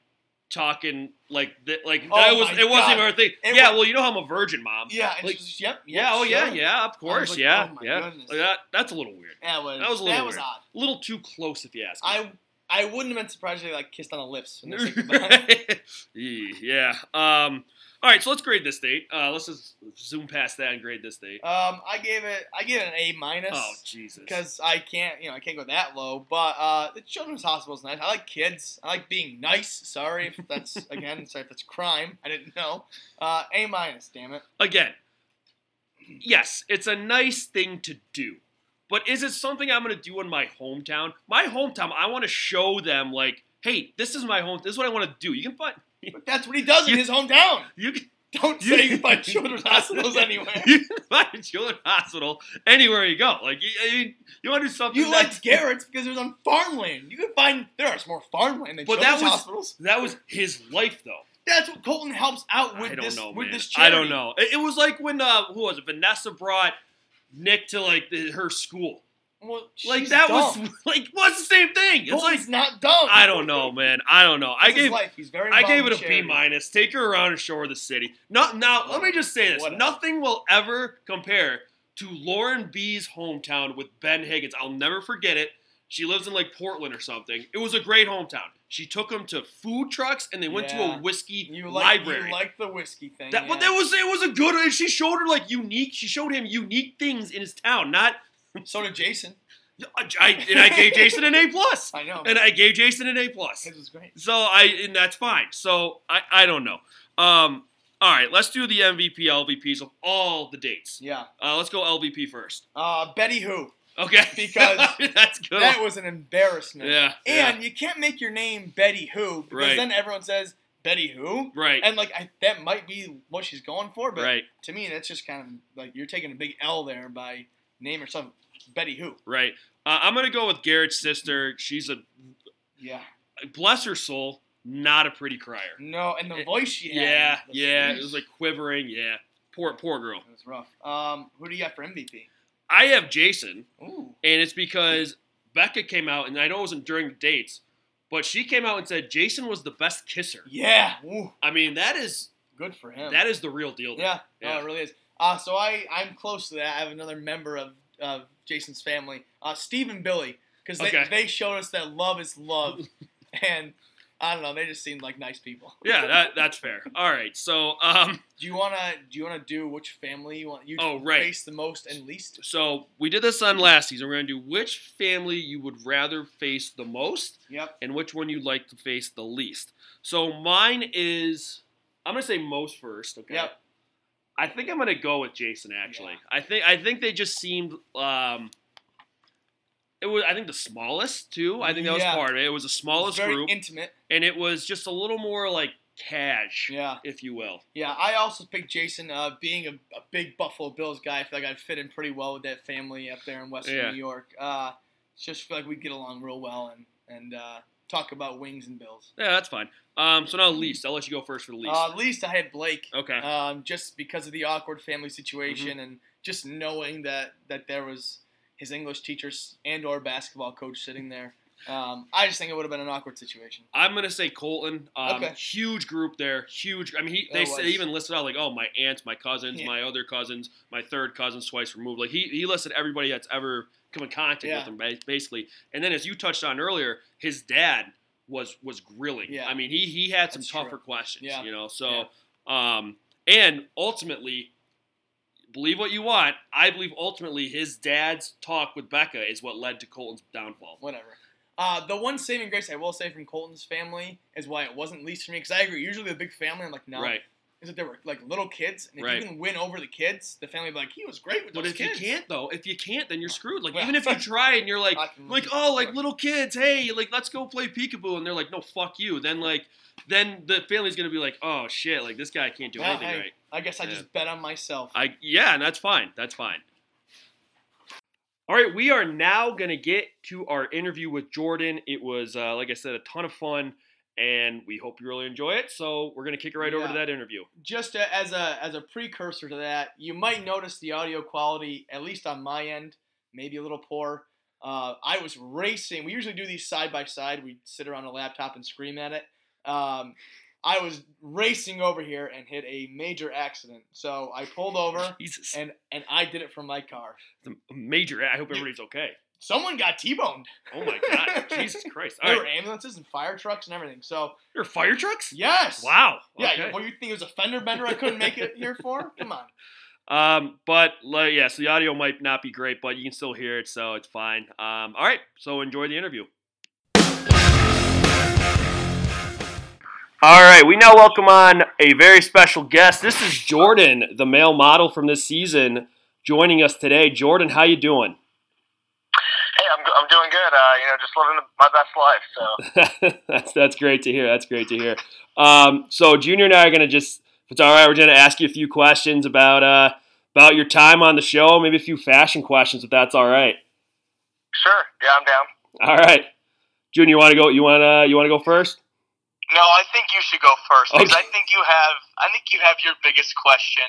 Speaker 2: talking like th- like
Speaker 3: Oh
Speaker 2: that was
Speaker 3: my
Speaker 2: it wasn't
Speaker 3: God.
Speaker 2: even her thing.
Speaker 3: It
Speaker 2: yeah,
Speaker 3: was-
Speaker 2: well, you know how I'm a virgin, mom.
Speaker 3: Yeah. And
Speaker 2: Like,
Speaker 3: she's just, yep.
Speaker 2: yeah, oh yeah,
Speaker 3: sure.
Speaker 2: yeah, of course,
Speaker 3: like,
Speaker 2: yeah,
Speaker 3: oh my
Speaker 2: yeah.
Speaker 3: goodness.
Speaker 2: Like, that that's a little weird.
Speaker 3: That was
Speaker 2: That was a little weird.
Speaker 3: odd.
Speaker 2: A little too close, if you ask. me. (laughs)
Speaker 3: I I wouldn't have been surprised if they like kissed on the lips. when they said goodbye.
Speaker 2: Right. yeah. Um, all right, so let's grade this date. Uh, let's just zoom past that and grade this date.
Speaker 3: um, I gave it I gave it an A minus.
Speaker 2: Oh Jesus!
Speaker 3: because I can't, you know, I can't go that low. But uh, the children's hospital's nice. I like kids. I like being nice. Sorry if
Speaker 2: (laughs)
Speaker 3: that's again, sorry if that's crime. I didn't know. Uh, a minus, damn it.
Speaker 2: again, yes, it's a nice thing to do, but is it something I'm going to do in my hometown? My hometown. I want to show them like, hey, this is my home. This is what I want to do. You can find
Speaker 3: But that's what he does in his hometown.
Speaker 2: you can, (laughs)
Speaker 3: Don't
Speaker 2: You-
Speaker 3: say
Speaker 2: (laughs)
Speaker 3: you find children's hospitals anywhere.
Speaker 2: you can find a children's hospital anywhere you go. Like you, I mean, (laughs) you want to do something.
Speaker 3: You
Speaker 2: that's-
Speaker 3: liked Garrett's because it was on farmland. You can find there are more farmland than
Speaker 2: But that
Speaker 3: children's
Speaker 2: was-
Speaker 3: hospitals.
Speaker 2: that was his life though.
Speaker 3: That's what Colton helps out with
Speaker 2: I don't
Speaker 3: this
Speaker 2: know,
Speaker 3: with
Speaker 2: man.
Speaker 3: this
Speaker 2: I
Speaker 3: charity.
Speaker 2: don't know. It, it was like when uh, who was it? Vanessa brought Nick to like the, her school.
Speaker 3: Well,
Speaker 2: Like
Speaker 3: she's
Speaker 2: that
Speaker 3: dumb.
Speaker 2: was (laughs) like was the same thing. It's like
Speaker 3: Colton's not dumb.
Speaker 2: I don't know, man. I don't know. I
Speaker 3: That's his
Speaker 2: gave
Speaker 3: life. He's very
Speaker 2: I gave it
Speaker 3: involved in
Speaker 2: a B
Speaker 3: charity.
Speaker 2: minus. Take her around and show her the city. Not now. Let me just say this:
Speaker 3: Whatever.
Speaker 2: nothing will ever compare to Lauren B's hometown with Ben Higgins. I'll never forget it. She lives in like Portland or something. It was a great hometown. She took them to food trucks and they went to
Speaker 3: Yeah.
Speaker 2: a whiskey
Speaker 3: You like
Speaker 2: library.
Speaker 3: you like the whiskey thing.
Speaker 2: That, but
Speaker 3: yeah.
Speaker 2: that was it was a good. And she showed her like unique. She showed him unique things in his town. Not
Speaker 3: so did Jason.
Speaker 2: I, and I gave Jason an A
Speaker 3: (laughs)
Speaker 2: plus,
Speaker 3: I know.
Speaker 2: and I gave Jason an A plus.
Speaker 3: His was great.
Speaker 2: So I and that's fine. So I I don't know. Um, all right, let's do the MVP LVPs of all the dates.
Speaker 3: Yeah.
Speaker 2: Uh, let's go LVP first.
Speaker 3: Uh, Betty Who.
Speaker 2: Okay, (laughs)
Speaker 3: Because
Speaker 2: that's good.
Speaker 3: That was an embarrassment.
Speaker 2: yeah, yeah,
Speaker 3: And you can't make your name Betty Who because
Speaker 2: Right.
Speaker 3: then everyone says Betty Who.
Speaker 2: right,
Speaker 3: And like I, that might be what she's going for, but
Speaker 2: right,
Speaker 3: to me that's just kind of like you're taking a big L there by name yourself Betty Who.
Speaker 2: right. Uh, I'm gonna go with Garrett's sister. She's a
Speaker 3: Yeah.
Speaker 2: bless her soul, not a pretty crier.
Speaker 3: No, and the voice she had.
Speaker 2: Yeah,
Speaker 3: was-
Speaker 2: yeah. It was like quivering. Yeah, poor, poor girl.
Speaker 3: It was rough. Um, who do you got for MVP?
Speaker 2: I have Jason,
Speaker 3: Ooh.
Speaker 2: and it's because Becca came out, and I know it wasn't during the dates, but she came out and said Jason was the best kisser.
Speaker 3: Yeah. Ooh.
Speaker 2: I mean, that is
Speaker 3: Good for him.
Speaker 2: that is the real deal.
Speaker 3: Yeah, no,
Speaker 2: Yeah.
Speaker 3: it really is. Uh, so I, I'm close to that. I have another member of, of Jason's family, uh, Steve and Billy, because they,
Speaker 2: Okay.
Speaker 3: they showed us that love is love.
Speaker 2: (laughs)
Speaker 3: and I don't know, they just seemed like nice people.
Speaker 2: yeah, that, that's fair. All right, so um,
Speaker 3: Do you wanna do you wanna do which family you want you
Speaker 2: Oh, right.
Speaker 3: face the most and least?
Speaker 2: so we did this on last season. We're gonna do which family you would rather face the most,
Speaker 3: Yep.
Speaker 2: and which one you like to face the least. So mine is, I'm gonna say most first. Okay.
Speaker 3: Yep.
Speaker 2: I think I'm gonna go with Jason. Actually,
Speaker 3: Yeah.
Speaker 2: I think I think they just seemed. Um, it was I think the smallest too. I think that was
Speaker 3: Yeah.
Speaker 2: part of it. It was the smallest
Speaker 3: Very
Speaker 2: group,
Speaker 3: intimate.
Speaker 2: and it was just a little more like cash,
Speaker 3: Yeah.
Speaker 2: if you will.
Speaker 3: Yeah. I also picked Jason, uh, being a, a big Buffalo Bills guy, I feel like I'd fit in pretty well with that family up there in Western
Speaker 2: Yeah.
Speaker 3: New York. Uh just feel like we'd get along real well and, and uh, talk about wings and bills.
Speaker 2: Yeah, that's fine. Um, so now least, I'll let you go first for the least.
Speaker 3: Uh, at least I had Blake,
Speaker 2: okay. Mm-hmm.
Speaker 3: um, just because of the awkward family situation and just knowing that that there was his English teacher s- and or basketball coach sitting there. Um, I just think it would have been an awkward situation.
Speaker 2: I'm gonna say Colton. Um,
Speaker 3: Okay. Oh,
Speaker 2: Huge group there. Huge. I mean, he,
Speaker 3: It
Speaker 2: they said,
Speaker 3: was.
Speaker 2: they even listed out like, oh, my aunts, my cousins,
Speaker 3: Yeah.
Speaker 2: my other cousins, my third cousins twice removed. Like he, he listed everybody that's ever come in contact
Speaker 3: Yeah.
Speaker 2: with him ba- basically. And then as you touched on earlier, his dad was was grilling.
Speaker 3: Yeah.
Speaker 2: I mean, he he had some
Speaker 3: That's
Speaker 2: tougher
Speaker 3: true.
Speaker 2: questions.
Speaker 3: Yeah.
Speaker 2: You know. So, um, and ultimately. Believe what you want. I believe ultimately his dad's talk with Becca is what led to Colton's downfall.
Speaker 3: Whatever. Uh, the one saving grace I will say from Colton's family is why it wasn't least for me because I agree. Usually the big family, I'm like no,
Speaker 2: Right.
Speaker 3: is that there were like little kids, and if
Speaker 2: Right.
Speaker 3: you can win over the kids, the family would be like he was great with
Speaker 2: But
Speaker 3: those
Speaker 2: if
Speaker 3: kids.
Speaker 2: you can't though, if you can't, then you're screwed. Like
Speaker 3: Well,
Speaker 2: even if you try and you're like,
Speaker 3: I can
Speaker 2: like
Speaker 3: look at
Speaker 2: oh,
Speaker 3: it.
Speaker 2: like little kids, hey, like let's go play peekaboo, and they're like, no, fuck you. Then like, then the family's gonna be like, oh shit, like this guy can't do
Speaker 3: Well,
Speaker 2: anything
Speaker 3: hey,
Speaker 2: right.
Speaker 3: I guess I
Speaker 2: Yeah.
Speaker 3: just bet on myself.
Speaker 2: I yeah, and that's fine. That's fine. All right, we are now going to get to our interview with Jordan. It was, uh, like I said, a ton of fun, and we hope you really enjoy it. So we're going to kick it right over to
Speaker 3: Yeah.
Speaker 2: that interview.
Speaker 3: just a- as a as a precursor to that, you might notice the audio quality, at least on my end, maybe a little poor. Uh, I was racing. We usually do these side by side. We sit around a laptop and scream at it. Um, I was racing over here and hit a major accident. So I pulled over
Speaker 2: Jesus,
Speaker 3: and and I did it from my car.
Speaker 2: it's a major. I hope everybody's okay.
Speaker 3: Someone got T-boned.
Speaker 2: Oh my God,
Speaker 3: (laughs)
Speaker 2: Jesus Christ! All
Speaker 3: There
Speaker 2: right,
Speaker 3: were ambulances and fire trucks and everything. So
Speaker 2: there are fire trucks.
Speaker 3: yes.
Speaker 2: Wow.
Speaker 3: Yeah.
Speaker 2: okay.
Speaker 3: What do you think it was a fender bender I couldn't make it here for? Come on.
Speaker 2: Um, but like, yeah, so the audio might not be great, but you can still hear it, so it's fine. Um, all right, so enjoy the interview. All right, we now welcome on a very special guest. This is Jordan, the male model from this season, joining us today. Jordan, how you doing?
Speaker 4: Hey, I'm, I'm doing good. Uh, you know, just living my best life. So
Speaker 2: (laughs) that's that's great to hear. That's great to hear. Um, so Junior and I are gonna just, if it's all right, we're gonna ask you a few questions about uh, about your time on the show, maybe a few fashion questions, if that's all right.
Speaker 4: sure, yeah, I'm down.
Speaker 2: All right, Junior, you want to go? You want to? You want to go first?
Speaker 4: No, I think you should go first because
Speaker 2: Okay.
Speaker 4: I think you have. I think you have your biggest question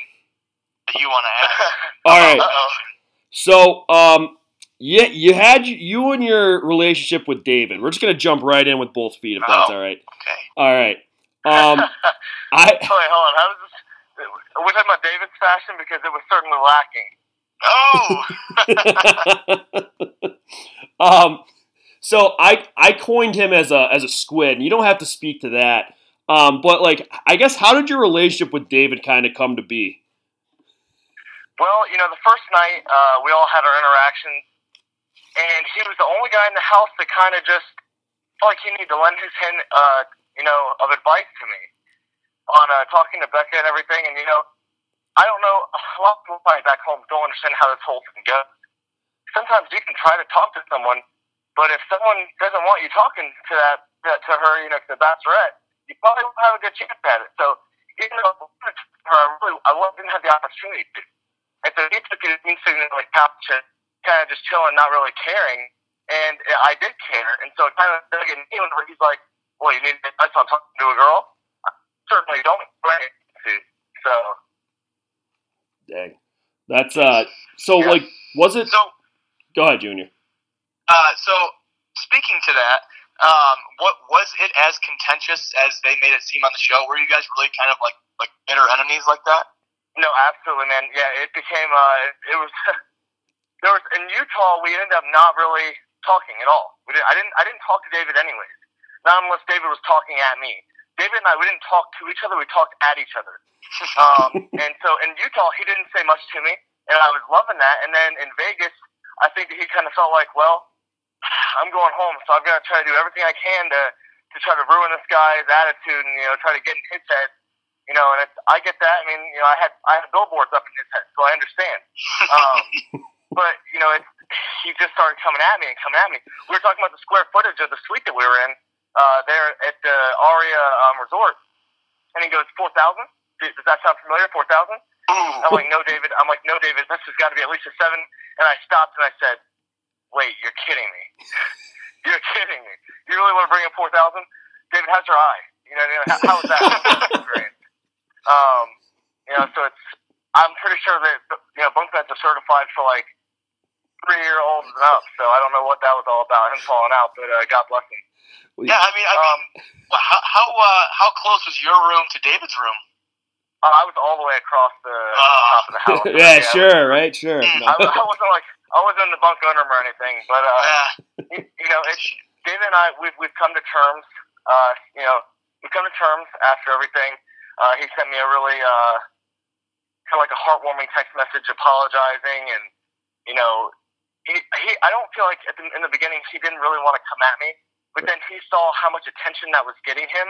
Speaker 4: that you want to ask.
Speaker 2: All right.
Speaker 4: Uh-oh.
Speaker 2: So, um, yeah, you had you and your relationship with David. We're just gonna jump right in with both feet, if that's
Speaker 4: Oh.
Speaker 2: all right.
Speaker 4: Okay.
Speaker 2: All right.
Speaker 4: (laughs)
Speaker 2: Um, I (laughs)
Speaker 4: Wait, hold on. How does this? We're talking about David's fashion because it was certainly lacking. (laughs) Oh,
Speaker 2: um, so I I coined him as a as a squid. And you don't have to speak to that. Um, but like, I guess how did your relationship with David kind of come to be?
Speaker 4: Well, you know, the first night uh, we all had our interactions, and he was the only guy in the house that kind of just felt like he needed to lend his hand, uh, you know, of advice to me on uh, talking to Becca and everything. And you know, I don't know. A lot of people probably back home don't understand how this whole thing goes. Sometimes you can try to talk to someone, but if someone doesn't want you talking to that, that to her, you know, to the bachelorette, you probably won't have a good chance at it. So, even though I wanted to talk to her, I really I didn't have the opportunity to. And so he took it instantly on the couch and kind of just chilling, not really caring. And uh, I did care. And so it kind of dug in me whenever he's like, well, you need advice on talking to a girl? I certainly don't. Right. So,
Speaker 2: Dang, that's uh. So
Speaker 4: Yeah.
Speaker 2: like, was it?
Speaker 4: so
Speaker 2: Go ahead, Junior. (laughs)
Speaker 4: Uh, so speaking to that, um, what was it as contentious as they made it seem on the show? Were you guys really kind of like like bitter enemies like that? No, absolutely, man. Yeah, it became uh, it- it was (laughs) there was in Utah. We ended up not really talking at all. We did, I didn't I didn't talk to David anyways. Not unless David was talking at me. David and I we didn't talk to each other. We talked at each (laughs) other. Um, and so in Utah, he didn't say much to me, and I was loving that. And then in Vegas, I think that he kind of felt like, well, I'm going home, so I've got to try to do everything I can to to try to ruin this guy's attitude and you know try to get in his head. You know, and it's, I get that. I mean, you know, I had I had billboards up in his head, so I understand. Um, but you know, it's, he just started coming at me and coming at me. We were talking about the square footage of the suite that we were in uh, there at the Aria um, Resort, and he goes four thousand. Does that sound familiar? Four thousand. I'm like, no, David. I'm like, no, David. This has got to be at least a seven. And I stopped and I said, wait, you're kidding me. (laughs) You're kidding me. You really want to bring in 4,000? David, how's your eye? You know, you know, how, how is that? (laughs) Great. um, you know, so it's, I'm pretty sure that, you know, bunk beds are certified for like three year olds and up. So I don't know what that was all about, him falling out, but uh, God bless him.
Speaker 2: Yeah,
Speaker 4: I mean, I um, how, how, uh, how close was your room to David's room? Uh, I was all the way across the top of the house. (laughs)
Speaker 2: yeah, sure, right, sure.
Speaker 4: I, I wasn't like I wasn't in the bunk under him or anything, but uh, you, you know, it's David and I we've we've come to terms. Uh, you know, we've come to terms after everything. Uh, he sent me a really uh, kind of like a heartwarming text message apologizing, and you know, he, he I don't feel like at the, in the beginning he didn't really want to come at me, but then he saw how much attention that was getting him.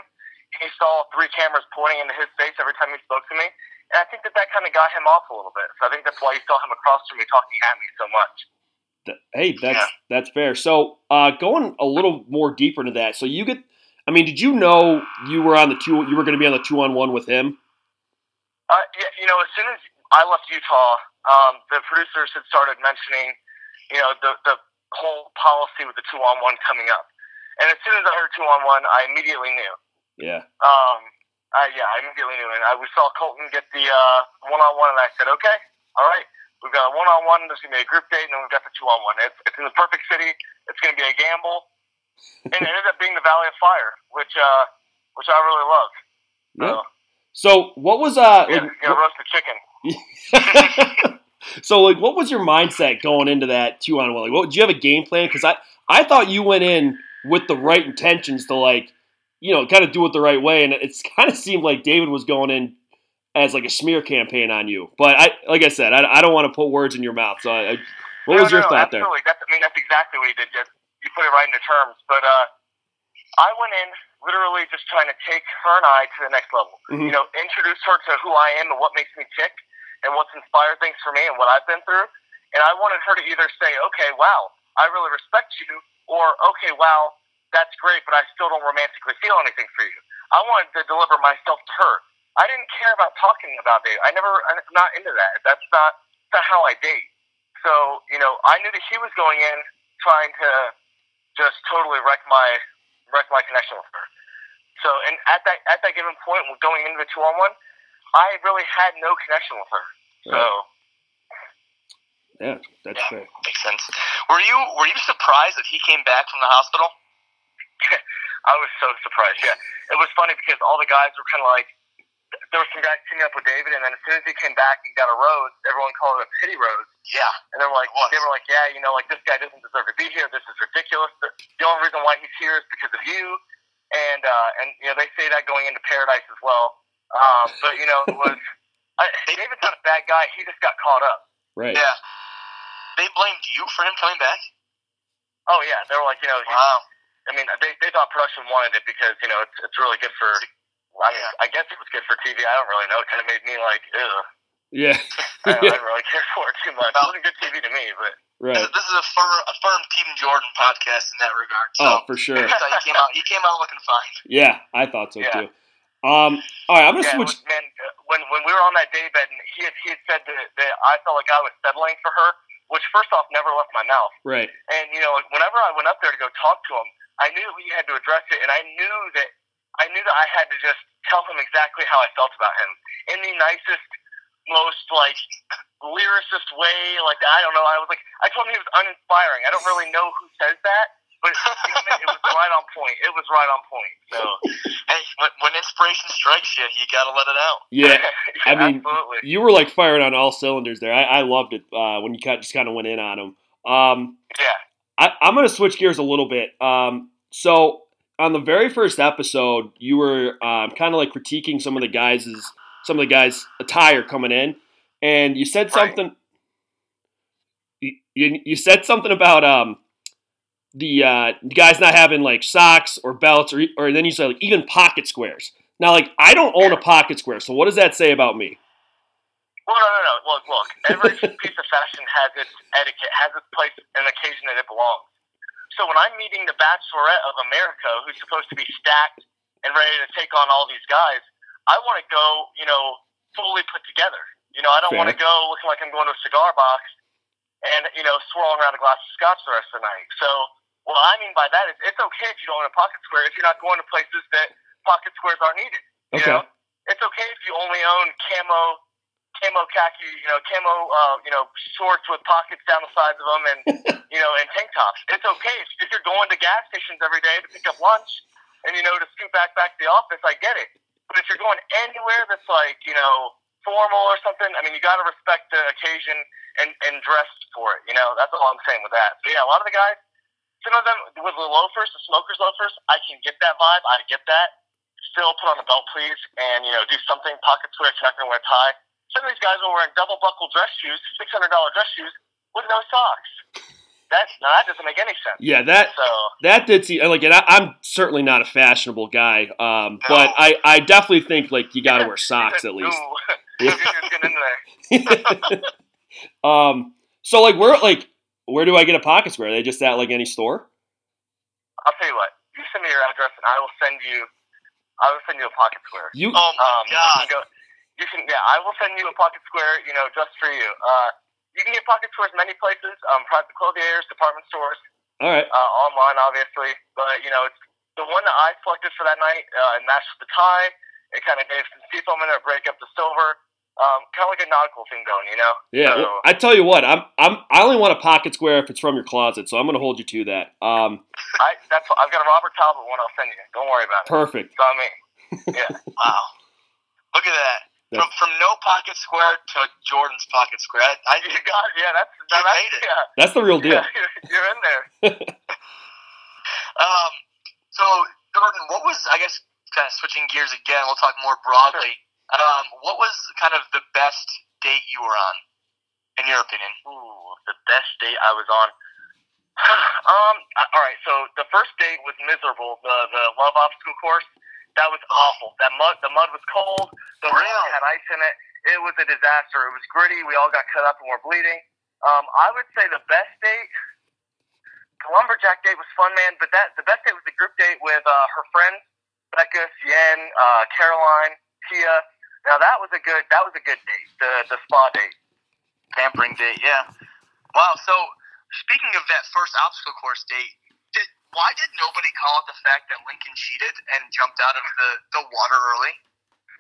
Speaker 4: He saw three cameras pointing into his face every time he spoke to me. And I think that that kind of got him off a little bit. So I think that's why you saw him across from me talking at me so much.
Speaker 2: Th- Hey, that's
Speaker 4: Yeah.
Speaker 2: that's fair. So, uh, going a little more deeper into that. So you get, I mean, did you know you were on the two? You were going to be on the two on one with him.
Speaker 4: Uh, yeah, you know, as soon as I left Utah, um, the producers had started mentioning you know, the, the whole policy with the two on one coming up. And as soon as I heard two on one, I immediately knew.
Speaker 2: Yeah.
Speaker 4: Um, I, yeah, I immediately knew. And I, we saw Colton get the one on one, and I said, okay, all right, we've got a one on one. There's going to be a group date, and then we've got the two on one. It's, it's in the perfect city. It's going to be a gamble. and it ended up being the Valley of Fire, which uh, which I really love.
Speaker 2: Yeah. So what was uh?
Speaker 4: So, yeah,
Speaker 2: like,
Speaker 4: yeah, roasted chicken.
Speaker 2: (laughs) so like, what was your mindset going into that two on one? Like, what do you have a game plan? Because I I thought you went in with the right intentions to like, you know, kind of do it the right way, and it's (laughs) kind of seemed like David was going in as like a smear campaign on you. But I like I said, I, I don't want to put words in your mouth. So I, I, what
Speaker 4: No,
Speaker 2: was your
Speaker 4: no, no,
Speaker 2: thought there?
Speaker 4: absolutely. That's, I mean, that's exactly what he did. Just you put it right into terms. But uh, I went in literally just trying to take her and I to the next level.
Speaker 2: Mhm.
Speaker 4: You know, introduce her to who I am and what makes me tick, and what's inspired things for me and what I've been through. And I wanted her to either say, "Okay, wow, I really respect you," or "Okay, wow, that's great, but I still don't romantically feel anything for you." I wanted to deliver myself to her. I didn't care about talking about dating. I never. I'm not into that. That's not. That's not how I date. So, you know, I knew that he was going in trying to just totally wreck my wreck my connection with her. So, and at that at that given point, when going into the two on one, I really had no connection with her. So
Speaker 2: Yeah, that's fair.
Speaker 4: makes sense. Were you were you surprised that he came back from the hospital? (laughs) I was so surprised. Yeah, it was funny because all the guys were kind of like, there were some guys teaming up with David, and then as soon as he came back and got a rose, everyone called it a pity rose. Yeah, and they were like, they were like, yeah, you know, like this guy doesn't deserve to be here. This is ridiculous. The the only reason why he's here is because of you. And uh, and you know they say that going into paradise as well. Um, but you know it (laughs) was I, David's not a bad guy. He just got caught up.
Speaker 2: Right.
Speaker 4: Yeah. They blamed you for him coming back? Oh, yeah. They were like, you know, he, wow. I mean, they, they thought production wanted it because, you know, it's, it's really good for. I, mean, I guess it was good for TV. I don't really know. It kind of made me like, ugh.
Speaker 2: Yeah. (laughs)
Speaker 4: I don't, I don't really care for it too much. It wasn't good TV to me, but.
Speaker 2: Right.
Speaker 4: This is a firm, a firm Team Jordan podcast in that regard.
Speaker 2: Oh, for
Speaker 4: (laughs)
Speaker 2: sure.
Speaker 4: he came out. He came out looking fine.
Speaker 2: Yeah, I thought so
Speaker 4: Yeah.
Speaker 2: too. Um. All right, I'm gonna
Speaker 4: Yeah,
Speaker 2: switch.
Speaker 4: it was- man, uh, when, when we were on that daybed, and he had, he had said that, that I felt like I was settling for her, which first off never left my mouth.
Speaker 2: Right.
Speaker 4: And you know, like, whenever I went up there to go talk to him, I knew that we had to address it, and I knew that I knew that I had to just tell him exactly how I felt about him in the nicest, most like lyricist way. Like I don't know, I was like, I told him he was uninspiring. I don't really know who says that. But (laughs) you know, it was right on point. It was right on point. So, hey, when, when inspiration strikes you, you gotta let it out. (laughs)
Speaker 2: Yeah. I mean,
Speaker 4: absolutely.
Speaker 2: You were like firing on all cylinders there. I, I loved it uh, when you kind just kind of went in on him. Um,
Speaker 4: Yeah.
Speaker 2: I, I'm going to switch gears a little bit. Um, so on the very first episode, you were um, kind of like critiquing some of the guys' some of the guys' attire coming in, and you said
Speaker 4: Right.
Speaker 2: something. You, you you said something about um the uh, guys not having like socks or belts or or then you said like even pocket squares. Now like I don't own a pocket square, so what does that say about me?
Speaker 4: Well, no, no, no. Look, look. Every piece of fashion has its etiquette, has its place and occasion that it belongs. So when I'm meeting the Bachelorette of America, who's supposed to be stacked and ready to take on all these guys, I want to go, you know, fully put together. You know, I don't
Speaker 2: Fair.
Speaker 4: want to go looking like I'm going to a cigar box and you know swirling around a glass of scotch the rest of the night. So what I mean by that is it's okay if you don't own a pocket square if you're not going to places that pocket squares aren't needed. You
Speaker 2: Okay.
Speaker 4: know, it's okay if you only own camo, camo khaki, you know, camo, uh, you know, shorts with pockets down the sides of them, and you know, and tank tops. It's okay if, if you're going to gas stations every day to pick up lunch, and you know, to scoot back back to the office. I get it, but if you're going anywhere that's like you know formal or something, I mean, you got to respect the occasion and and dress for it. You know, that's all I'm saying with that. But yeah, a lot of the guys. Some of them with the loafers, the smokers loafers, I can get that vibe. I get that still put on a belt, please, and you know, do something. Pocket square, if you're not going to wear a tie. Some of these guys were wearing double buckle dress shoes, six hundred dollar dress shoes, with no socks. That's now that doesn't make any sense.
Speaker 2: Yeah, that
Speaker 4: So
Speaker 2: that did see like and I, I'm certainly not a fashionable guy, um, but
Speaker 4: No.
Speaker 2: I, I definitely think like you got to wear (laughs) socks at
Speaker 4: (laughs)
Speaker 2: least.
Speaker 4: Ooh. You're just getting in there.
Speaker 2: (laughs) um, so like where like where do I get a pocket square? Are they just at like any store?
Speaker 4: I'll tell you what. You send me your address, and I will send you. I will send you a pocket square.
Speaker 2: You
Speaker 4: um, You can go, you can, yeah, I will send you a pocket square, you know, just for you. Uh, you can get pocket tours many places, um, private clothiers, department stores,
Speaker 2: All right.
Speaker 4: uh, online, obviously. But you know, it's the one that I selected for that night uh, it matched the tie. It kind of gave some seafoam in it, break up the silver. Um, kind of like a nautical thing going, you know?
Speaker 2: Yeah,
Speaker 4: So-
Speaker 2: well, I tell you what, I'm I'm I only want a pocket square if it's from your closet, so I'm gonna hold you to that. Um,
Speaker 4: I that's I've got a Robert Talbot one. I'll send you. Don't worry about it.
Speaker 2: perfect.
Speaker 4: It's on me. (laughs) Yeah. wow. Look at that.
Speaker 2: That's-
Speaker 4: From, from no pocket square to Jordan's pocket square. I, (laughs) you got yeah. That's that, that's it. Yeah.
Speaker 2: That's the real deal.
Speaker 4: Yeah, you're- (laughs) you're in there. um, so Jordan, what was I guess kind of switching gears again? We'll talk more broadly. Um, what was kind of the best date you were on, in your opinion? Ooh, the best date I was on. (sighs) um, I- all right. So the first date was miserable. The the love obstacle course that was awful. That mud the mud was cold. The rain had ice in it. It was a disaster. It was gritty. We all got cut up and were bleeding. Um, I would say the best date, the lumberjack date was fun, man. But that the best date was the group date with uh, her friends, Becca, Sien, uh, Caroline, Tia. Now that was a good that was a good date. The the spa date, pampering date. Yeah. Wow. So speaking of that first obstacle course date, did, why did nobody call out the fact that Lincoln cheated and jumped out of the, the water early?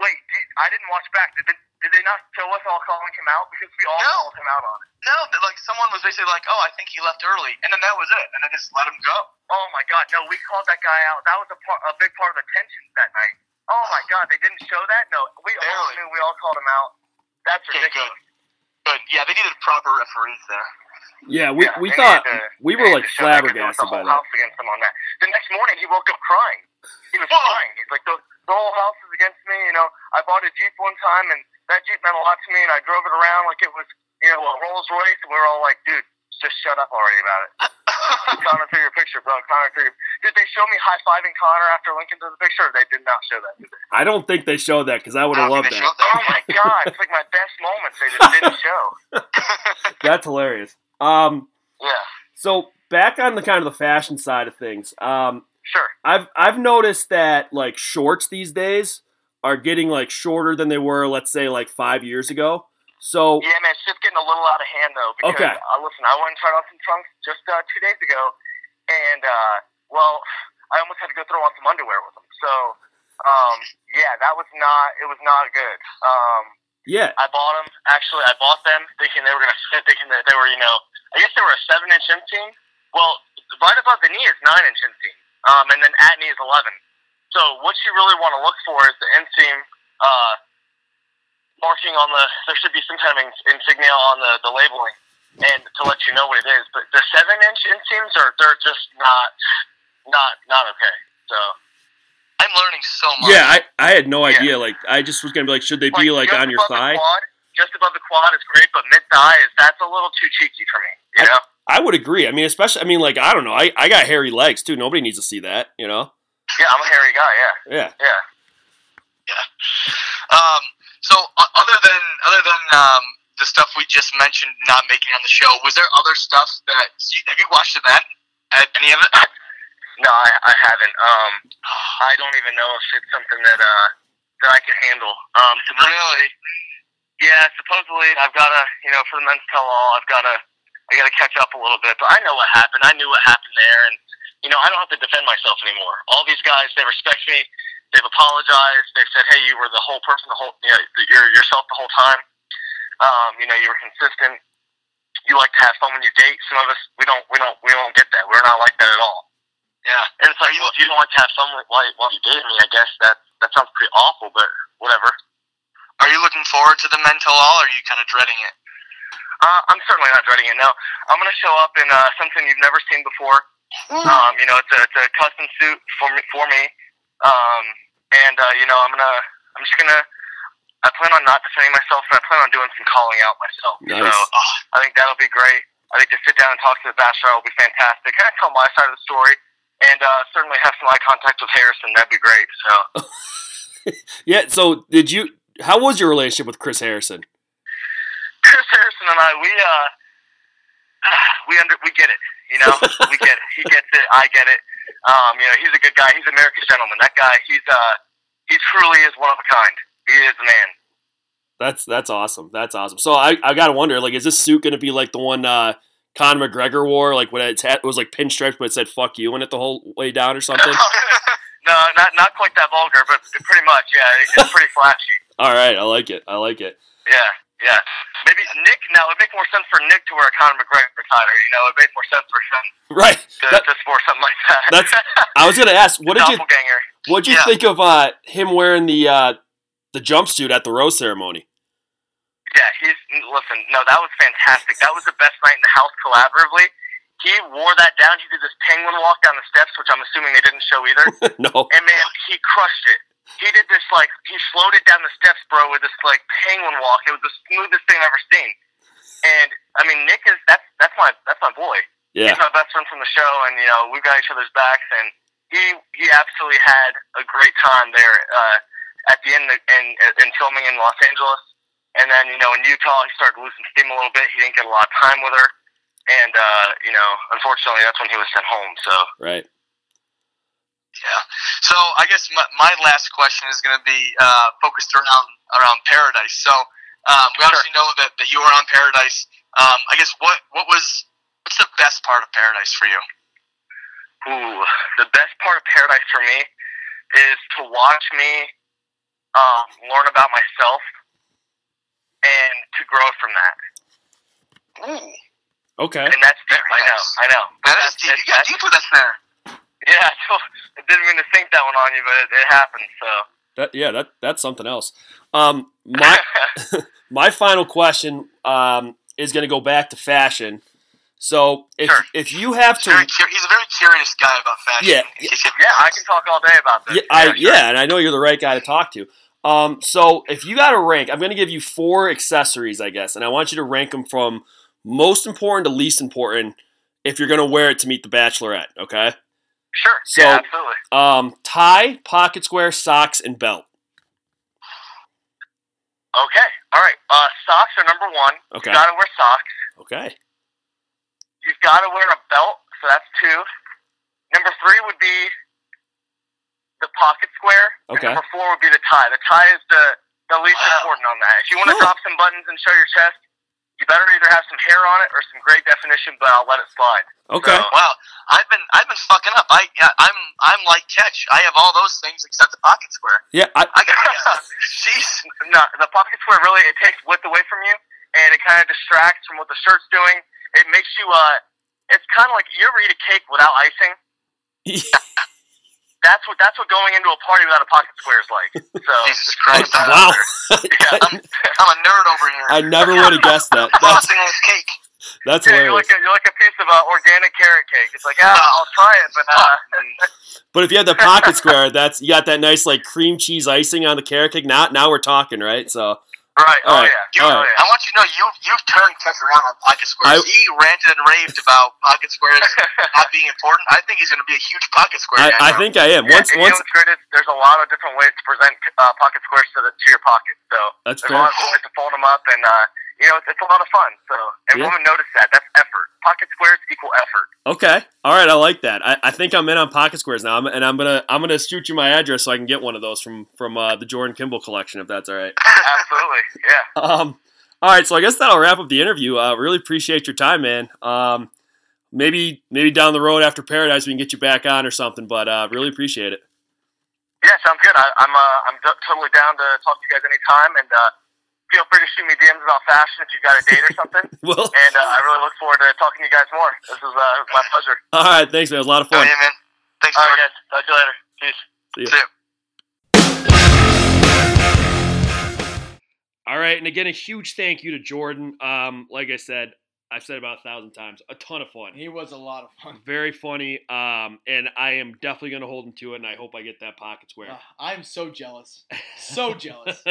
Speaker 4: Wait, did, I didn't watch back. Did, they- did they not show us all calling him out because we all called him out on it? No, but like someone was basically like, "Oh, I think he left early," and then that was it, and then just let him go. Oh my god, no, we called that guy out. That was a, part, a big part of the tensions that night. Oh (sighs) my god, they didn't show that. No, we all knew. We all called him out. That's ridiculous. Good. Yeah, they needed proper referees there.
Speaker 2: Yeah, we,
Speaker 4: Yeah,
Speaker 2: we
Speaker 4: they
Speaker 2: thought
Speaker 4: need to-
Speaker 2: we were
Speaker 4: they
Speaker 2: like
Speaker 4: need to show that 'cause there was
Speaker 2: flabbergasted
Speaker 4: the
Speaker 2: by
Speaker 4: whole
Speaker 2: that.
Speaker 4: house against him on that. The next morning, he woke up crying. He was crying. He's like, the, the whole house is against me. You know, I bought a Jeep one time, and that Jeep meant a lot to me, and I drove it around like it was, you know, a Rolls Royce. And we are all like, dude, just shut up already about
Speaker 2: (laughs)
Speaker 4: it. Connor through your picture, bro. Connor through your... Did they show me high-fiving Connor after Lincoln took the picture? They did not show that. did they?
Speaker 2: I don't think they showed that because I would have loved that.
Speaker 4: Oh, my God. It's like my best moments they just
Speaker 2: (laughs)
Speaker 4: didn't show.
Speaker 2: That's hilarious. Um,
Speaker 4: Yeah,
Speaker 2: so back on the kind of the fashion side of things, um,
Speaker 4: sure.
Speaker 2: I've I've noticed that like shorts these days are getting like shorter than they were, let's say like five years ago. So
Speaker 4: Yeah, man, it's just getting a little out of hand though. Because,
Speaker 2: Okay.
Speaker 4: Uh, listen, I went and tried on some trunks just uh, two days ago, and uh, well, (sighs) I almost had to go throw on some underwear with them. So, um, yeah, that was not. It was not good. Um,
Speaker 2: yeah,
Speaker 4: I bought them. Actually, I bought them thinking they were gonna (laughs) fit, thinking that they were, you know, I guess they were a seven inch inseam. Well, right above the knee is nine inch inseam, um, and then at knee is eleven. So what you really want to look for is the inseam uh, marking on the. There should be some kind of ins- insignia on the, the labeling, and to let you know what it is. But the seven inch inseams are they're just not not not okay. So I'm learning so
Speaker 2: yeah, I, I had no
Speaker 4: Yeah.
Speaker 2: idea. Like I just was gonna be like, should they be like
Speaker 4: just
Speaker 2: on your
Speaker 4: above the
Speaker 2: thigh?
Speaker 4: Quad, just above the quad is great, but mid thigh is that's a little too cheeky for me. You know?
Speaker 2: I would agree. I mean, especially I mean, like I don't know. I, I got hairy legs too. Nobody needs to see that, you know.
Speaker 4: Yeah, I'm a hairy guy. Yeah.
Speaker 2: Yeah.
Speaker 4: Yeah. Yeah. Um, so o- other than other than um, the stuff we just mentioned not making on the show, was there other stuff that have you watched it back? At any of it? No, I, I haven't. Um, I don't even know if it's something that uh, that I can handle. Um, really? Yeah, supposedly I've got to, you know, for the men's tell-all, I've got to, I got to catch up a little bit. But I know what happened. I knew what happened there, and you know, I don't have to defend myself anymore. All these guys, they respect me they've apologized. They've said, "Hey, you were the whole person, the whole you know, you're yourself the whole time. Um, you know, you were consistent. You like to have fun when you date. Some of us, we don't, we don't, we don't get that. We're not like that at all. Yeah, and it's like, well, if you don't like to have fun with- while while you date me, I guess that that sounds pretty awful, but whatever. Are you looking forward to the mental all, or are you kind of dreading it? Uh, I'm certainly not dreading it. No, I'm going to show up in uh, something you've never seen before. Um, you know, it's a, it's a custom suit for me, for me. Um, and uh, you know, I'm gonna, I'm just gonna, I plan on not defending myself, and I plan on doing some calling out myself. So
Speaker 2: Nice.
Speaker 4: uh, I think that'll be great. I think to sit down and talk to the bachelor will be fantastic. Kind of tell my side of the story, and uh, certainly have some eye contact with Harrison. That'd be great. So
Speaker 2: Yeah. So did you? How was your relationship with Chris Harrison?
Speaker 4: Chris Harrison and I, we uh, (sighs) we under, we get it. You
Speaker 2: (laughs)
Speaker 4: know, we get it. He gets it. I get it. Um, you know, he's a good guy. He's America's gentleman. That guy, he's uh, he truly is one of a kind. He is a man.
Speaker 2: That's that's awesome. That's awesome. So I, I gotta wonder, like, is this suit gonna be like the one uh Con McGregor wore, like when it's hat, it was like pinstripes, but it said "fuck you" in it the whole way down or
Speaker 4: (laughs)
Speaker 2: something?
Speaker 4: no, not not quite that vulgar, but pretty much. Yeah, it- it's
Speaker 2: (laughs)
Speaker 4: pretty flashy.
Speaker 2: All right, I like it. I like it. (laughs)
Speaker 4: Yeah, yeah. Maybe Nick. Now it would make more sense for Nick to wear a Conor McGregor attire. You know, it would make more sense for him
Speaker 2: Right.
Speaker 4: to,
Speaker 2: That-
Speaker 4: to sport something like that. (laughs)
Speaker 2: That's- I was gonna ask, what did you
Speaker 4: doppelganger.
Speaker 2: what did you
Speaker 4: yeah.
Speaker 2: think of uh him wearing the uh the jumpsuit at the rose ceremony? (laughs)
Speaker 4: Yeah, he's listen. No, that was fantastic. That was the best night in the house collaboratively. He wore that down. He did this penguin walk down the steps, which I'm assuming they didn't show either.
Speaker 2: (laughs) no.
Speaker 4: and man, he crushed it. He did this like he slowed it down the steps, bro, with this like penguin walk. It was the smoothest thing I've ever seen. And I mean, Nick is that's that's my that's my boy.
Speaker 2: Yeah.
Speaker 4: He's my best friend from the show, and you know we've got each other's backs, and he he absolutely had a great time there uh, at the end of, in in filming in Los Angeles, and then you know in Utah he started losing steam a little bit. He didn't get a lot of time with her, and uh, you know unfortunately that's when he was sent home. So
Speaker 2: Right.
Speaker 4: yeah. So I guess my, my last question is going to be uh, focused around around Paradise. So um, we obviously know that, that you were on Paradise. Um, I guess what what was what's the best part of Paradise for you? Ooh, the best part of Paradise for me is to watch me um, learn about myself and to grow from that. Ooh,
Speaker 2: Okay.
Speaker 4: and that's deep. I know. I know. That's- that's- that's-
Speaker 5: deep with us there.
Speaker 4: yeah, (laughs) I didn't mean to think that one on you, but it, it happened. So
Speaker 2: That yeah, that that's something else. Um my (laughs) my final question um is gonna go back to fashion. So if
Speaker 4: Sure.
Speaker 2: if you have to
Speaker 4: he's a very curious guy about fashion.
Speaker 2: Yeah.
Speaker 4: yeah, I can talk all day about this.
Speaker 2: yeah, I,
Speaker 4: sure.
Speaker 2: yeah, and I know you're the right guy to talk to. Um, so if you got to rank, I'm going to give you four accessories, I guess, and I want you to rank them from most important to least important if you're going to wear it to meet the bachelorette. Okay.
Speaker 4: sure,
Speaker 2: So-
Speaker 4: yeah, absolutely.
Speaker 2: Um, tie, pocket square, socks, and belt.
Speaker 4: Okay, all right. Uh, socks are number one.
Speaker 2: Okay.
Speaker 4: You gotta wear socks.
Speaker 2: Okay.
Speaker 4: You've gotta wear a belt, so that's two. Number three would be the pocket square. and
Speaker 2: Okay.
Speaker 4: number four would be the tie. The tie is the the least important on that. If you want to
Speaker 2: Cool.
Speaker 4: drop some buttons and show your chest, you better either have some hair on it or some great definition, but I'll let it slide.
Speaker 2: Okay.
Speaker 4: wow, I've been I've been fucking up. I I'm I'm like catch. I have all those things except the pocket square.
Speaker 2: Yeah. I,
Speaker 4: (laughs) I got jeez. No, the pocket square really it takes width away from you, and it kind of distracts from what the shirt's doing. It makes you uh, it's kind of like you ever eat a cake without icing. (laughs) That's what that's what going into a party without a pocket square is like. So Jesus Christ!
Speaker 2: wow.
Speaker 4: (laughs) yeah, I'm, I'm a nerd over here.
Speaker 2: I never would
Speaker 4: (laughs)
Speaker 2: have guessed that. (laughs) That's,
Speaker 4: this cake.
Speaker 2: that's
Speaker 4: Yeah, you're
Speaker 2: hilarious.
Speaker 4: like a, you're like a piece of uh, organic carrot cake.
Speaker 2: (laughs)
Speaker 4: It's like, ah, I'll try it, but uh,
Speaker 2: But if you had the pocket square, that's you got that nice like cream cheese icing on the carrot cake. Now now we're talking, right? So
Speaker 4: Right.
Speaker 2: All right,
Speaker 4: Oh, yeah. You,
Speaker 2: all right.
Speaker 4: I want you to know you you've turned Tess around on pocket
Speaker 2: I-
Speaker 4: squares. he ranted and raved about pocket (laughs) squares not being important. I think he's going to be a huge pocket
Speaker 2: I,
Speaker 4: square. guy
Speaker 2: I
Speaker 4: now.
Speaker 2: think I am. Once
Speaker 4: you
Speaker 2: once
Speaker 4: know, what's great is there's a lot of different ways to present uh, pocket squares to, the, to your pocket. So
Speaker 2: that's
Speaker 4: there's a
Speaker 2: fair.
Speaker 4: lot of different ways to fold them up, and uh, you know it's, it's a lot of fun. So and
Speaker 2: Yeah.
Speaker 4: women notice that. That's effort. Pocket squares equal (laughs) effort.
Speaker 2: Okay. All right. I like that. I, I think I'm in on pocket squares now, I'm, and I'm gonna I'm gonna shoot you my address so I can get one of those from from uh, the Jordan Kimball collection if that's all right. (laughs)
Speaker 4: Absolutely. Yeah.
Speaker 2: Um. All right. So I guess that'll wrap up the interview. Uh, really appreciate your time, man. Um. Maybe maybe down the road after Paradise we can get you back on or something. But uh, really appreciate it. (laughs)
Speaker 4: Yeah, sounds good. I, I'm uh, I'm d- totally down to talk to you guys anytime, and uh, feel free to shoot me DMs about fashion if you've got a date
Speaker 2: (laughs)
Speaker 4: or something.
Speaker 2: Well.
Speaker 4: and uh, I really look forward to talking to you guys more. This is uh, my pleasure.
Speaker 2: (laughs) All right. Thanks, man. It was a lot of fun.
Speaker 4: man. Thanks. All right, guys. Talk to you later. Peace.
Speaker 2: See ya.
Speaker 4: See ya.
Speaker 2: All right, and again, a huge thank you to Jordan. Um, like I said, I've said about a thousand times, a ton of fun.
Speaker 3: He was a lot of fun.
Speaker 2: Very funny, um, and I am definitely going to hold him to it, and I hope I get that pocket square.
Speaker 3: Ugh, Uh, I'm so jealous.
Speaker 2: (laughs)
Speaker 3: So jealous.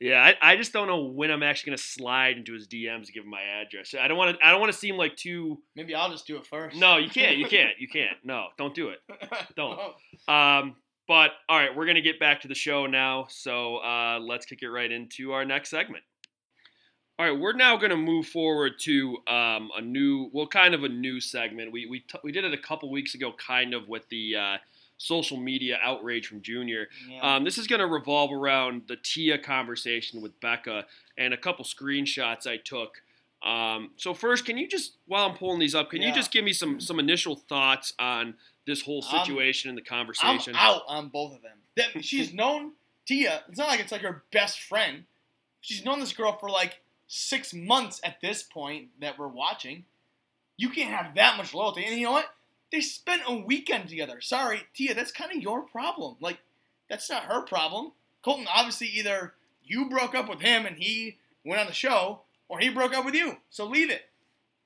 Speaker 2: yeah, I, I just don't know when I'm actually going to slide into his DMs to give him my address. I don't want to. I don't want to seem like too.
Speaker 3: Maybe I'll just do it first.
Speaker 2: No,
Speaker 3: (laughs)
Speaker 2: you can't. You can't. You can't. No, don't do it. Don't.
Speaker 3: Oh,
Speaker 2: Um, but all right, we're going to get back to the show now. So uh, let's kick it right into our next segment. All right, we're now going to move forward to um, a new, well, kind of a new segment. We we, t- we did it a couple weeks ago, kind of with the uh, social media outrage from Junior.
Speaker 3: Yeah.
Speaker 2: Um, this is going to revolve around the Tia conversation with Becca and a couple screenshots I took. Um, so first, can you just while I'm pulling these up, can you
Speaker 3: Yeah.
Speaker 2: just give me some some initial thoughts on this whole
Speaker 3: I'm-
Speaker 2: situation and the
Speaker 3: I'm
Speaker 2: conversation?
Speaker 3: out on both of them. That she's known Tia. It's not like it's like her best friend. She's known this girl for like six months at this point that we're watching. You can't have that much loyalty. And you know what? They spent a weekend together. Sorry, Tia, that's kind of your problem. Like, that's not her problem. Colton, obviously, either you broke up with him and he went on the show, or he broke up with you. So leave it.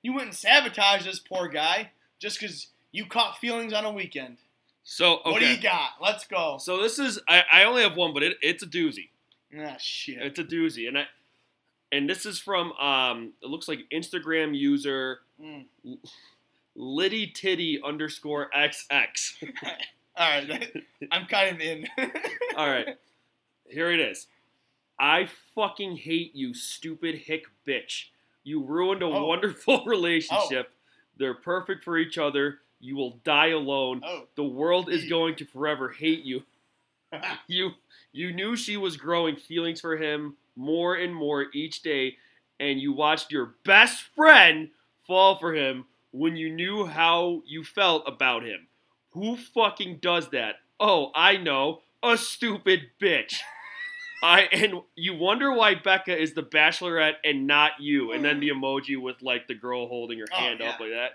Speaker 3: You went and sabotaged this poor guy just because you caught feelings on a weekend.
Speaker 2: so okay.
Speaker 3: What do you got? Let's go.
Speaker 2: So this is I, I only have one, but it, it's a doozy.
Speaker 3: Ah, shit.
Speaker 2: It's a doozy, and I and this is from um it looks like Instagram user
Speaker 3: Mm.
Speaker 2: Liddy Titty underscore XX.
Speaker 3: All right, (laughs) I'm kind of in. (laughs)
Speaker 2: All right, here it is. I fucking hate you, stupid hick bitch. You ruined a
Speaker 3: Oh.
Speaker 2: wonderful (laughs) relationship. They're perfect for each other. You will die alone.
Speaker 3: oh,
Speaker 2: The world is going to forever hate you. (laughs) you you knew she was growing feelings for him more and more each day, and you watched your best friend fall for him when you knew how you felt about him. Who fucking does that? Oh, I know, a stupid
Speaker 3: (laughs)
Speaker 2: bitch. I and you wonder why Becca is the bachelorette and not you, and
Speaker 3: (laughs)
Speaker 2: then the emoji with like the girl holding her
Speaker 3: Oh,
Speaker 2: hand
Speaker 3: yeah.
Speaker 2: up like that.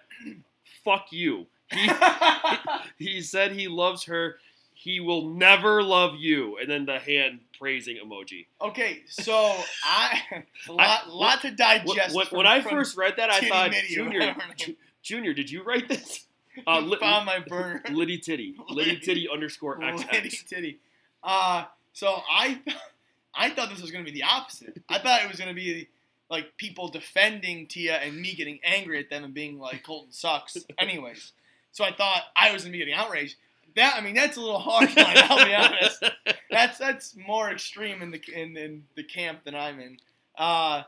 Speaker 2: Fuck you.
Speaker 3: (laughs)
Speaker 2: He said he loves her. He will never love you. And then the hand praising emoji.
Speaker 3: (laughs) okay, so I
Speaker 2: (laughs)
Speaker 3: a lot, lot to
Speaker 2: Wh-
Speaker 3: digest.
Speaker 2: wh-
Speaker 3: from-
Speaker 2: when I
Speaker 3: from (laughs)
Speaker 2: first read that, I
Speaker 3: Titty
Speaker 2: thought,
Speaker 3: Mitty or
Speaker 2: Junior,
Speaker 3: whatever her name
Speaker 2: Ju- Junior, did you write this? (laughs) Uh,
Speaker 3: you
Speaker 2: li-
Speaker 3: found my
Speaker 2: (laughs)
Speaker 3: burner.
Speaker 2: Liddy Titty. Liddy Titty underscore
Speaker 3: (laughs) Litty
Speaker 2: XX.
Speaker 3: titty. Uh, so I, (laughs) I thought this was gonna be the opposite. I thought it was gonna be like people defending Tia and me getting angry at them and being like Colton sucks. Anyways, so I thought I was gonna be getting outraged. That I mean, that's a little harsh. Mike, I'll be honest. That's that's more extreme in the in, in the camp than I'm in. Uh,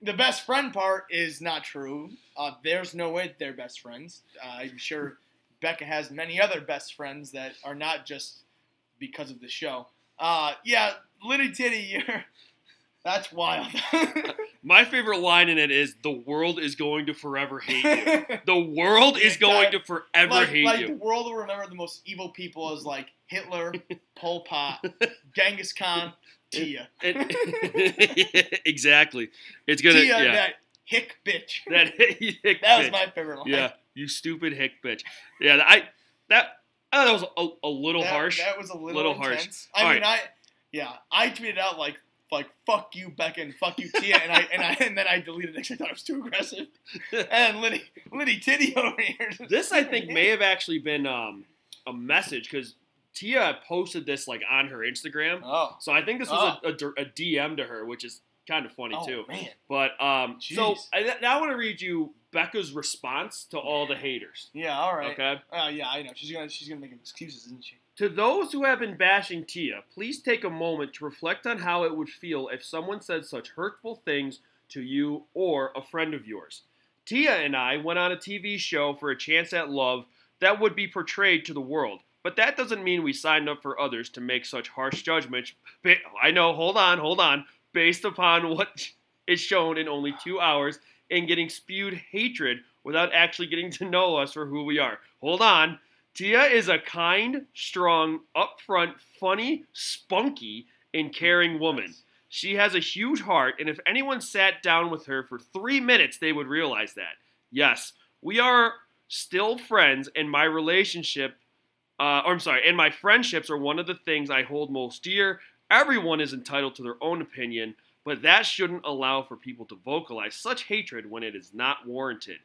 Speaker 3: the best friend part is not true. Uh, there's no way that they're best friends. Uh, I'm sure Becca has many other best friends that are not just because of the show. Uh, yeah, Litty Titty, you're, (laughs) that's wild. (laughs)
Speaker 2: My favorite line in it is the world is going to forever
Speaker 3: (laughs)
Speaker 2: hate you. The world is going to forever
Speaker 3: like,
Speaker 2: hate
Speaker 3: like the
Speaker 2: you.
Speaker 3: world will remember the most evil people as like
Speaker 2: (laughs)
Speaker 3: Hitler, Pol Pot, Genghis Khan, Tia.
Speaker 2: It- (laughs) exactly. It's gonna
Speaker 3: Tia,
Speaker 2: yeah.
Speaker 3: that hick bitch.
Speaker 2: That,
Speaker 3: (laughs)
Speaker 2: (laughs)
Speaker 3: That was my (laughs) favorite line.
Speaker 2: Yeah, you stupid hick bitch. Yeah, I that I thought that was a, a little
Speaker 3: that,
Speaker 2: harsh.
Speaker 3: That was a little,
Speaker 2: Little harsh.
Speaker 3: harsh. I
Speaker 2: All
Speaker 3: mean, I yeah, I tweeted out like like fuck you Becca and fuck you Tia, and I and I and then I deleted it 'cause I thought it was
Speaker 2: (laughs)
Speaker 3: too aggressive. And Liddy Liddy Titty over here.
Speaker 2: this I think may have actually been um, a message because Tia posted this like on her Instagram,
Speaker 3: Oh,
Speaker 2: so I think this was a, a dir- a DM to her, which is kind of funny
Speaker 3: oh
Speaker 2: too.
Speaker 3: man,
Speaker 2: But um, so
Speaker 3: Jeez.
Speaker 2: I, now I want to read you Becca's response to all the haters.
Speaker 3: yeah, all right.
Speaker 2: Okay.
Speaker 3: Oh yeah, I know. She's gonna she's gonna make excuses, isn't she?
Speaker 2: To those who have been bashing Tia, please take a moment to reflect on how it would feel if someone said such hurtful things to you or a friend of yours. Tia and I went on a TV show for a chance at love that would be portrayed to the world, but that doesn't mean we signed up for others to make such harsh judgments. Ba- I know, hold on, hold on. Based upon what (laughs) is shown in only two hours and getting spewed hatred without actually getting to know us for who we are. Hold on. Tia is a kind, strong, upfront, funny, spunky, and caring woman. She has a huge heart, and if anyone sat down with her for three minutes, they would realize that. Yes, we are still friends, and my relationship, uh, or I'm sorry, and my friendships are one of the things I hold most dear. Everyone is entitled to their own opinion, but that shouldn't allow for people to vocalize such hatred when it is not warranted.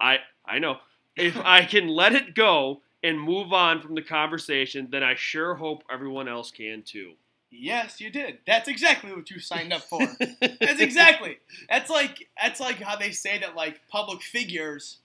Speaker 2: I I know. If I can let it go and move on from the conversation, then I sure hope everyone else can too.
Speaker 3: Yes, you did. That's exactly what you signed up for. that's exactly. That's like that's like how they say that like public figures,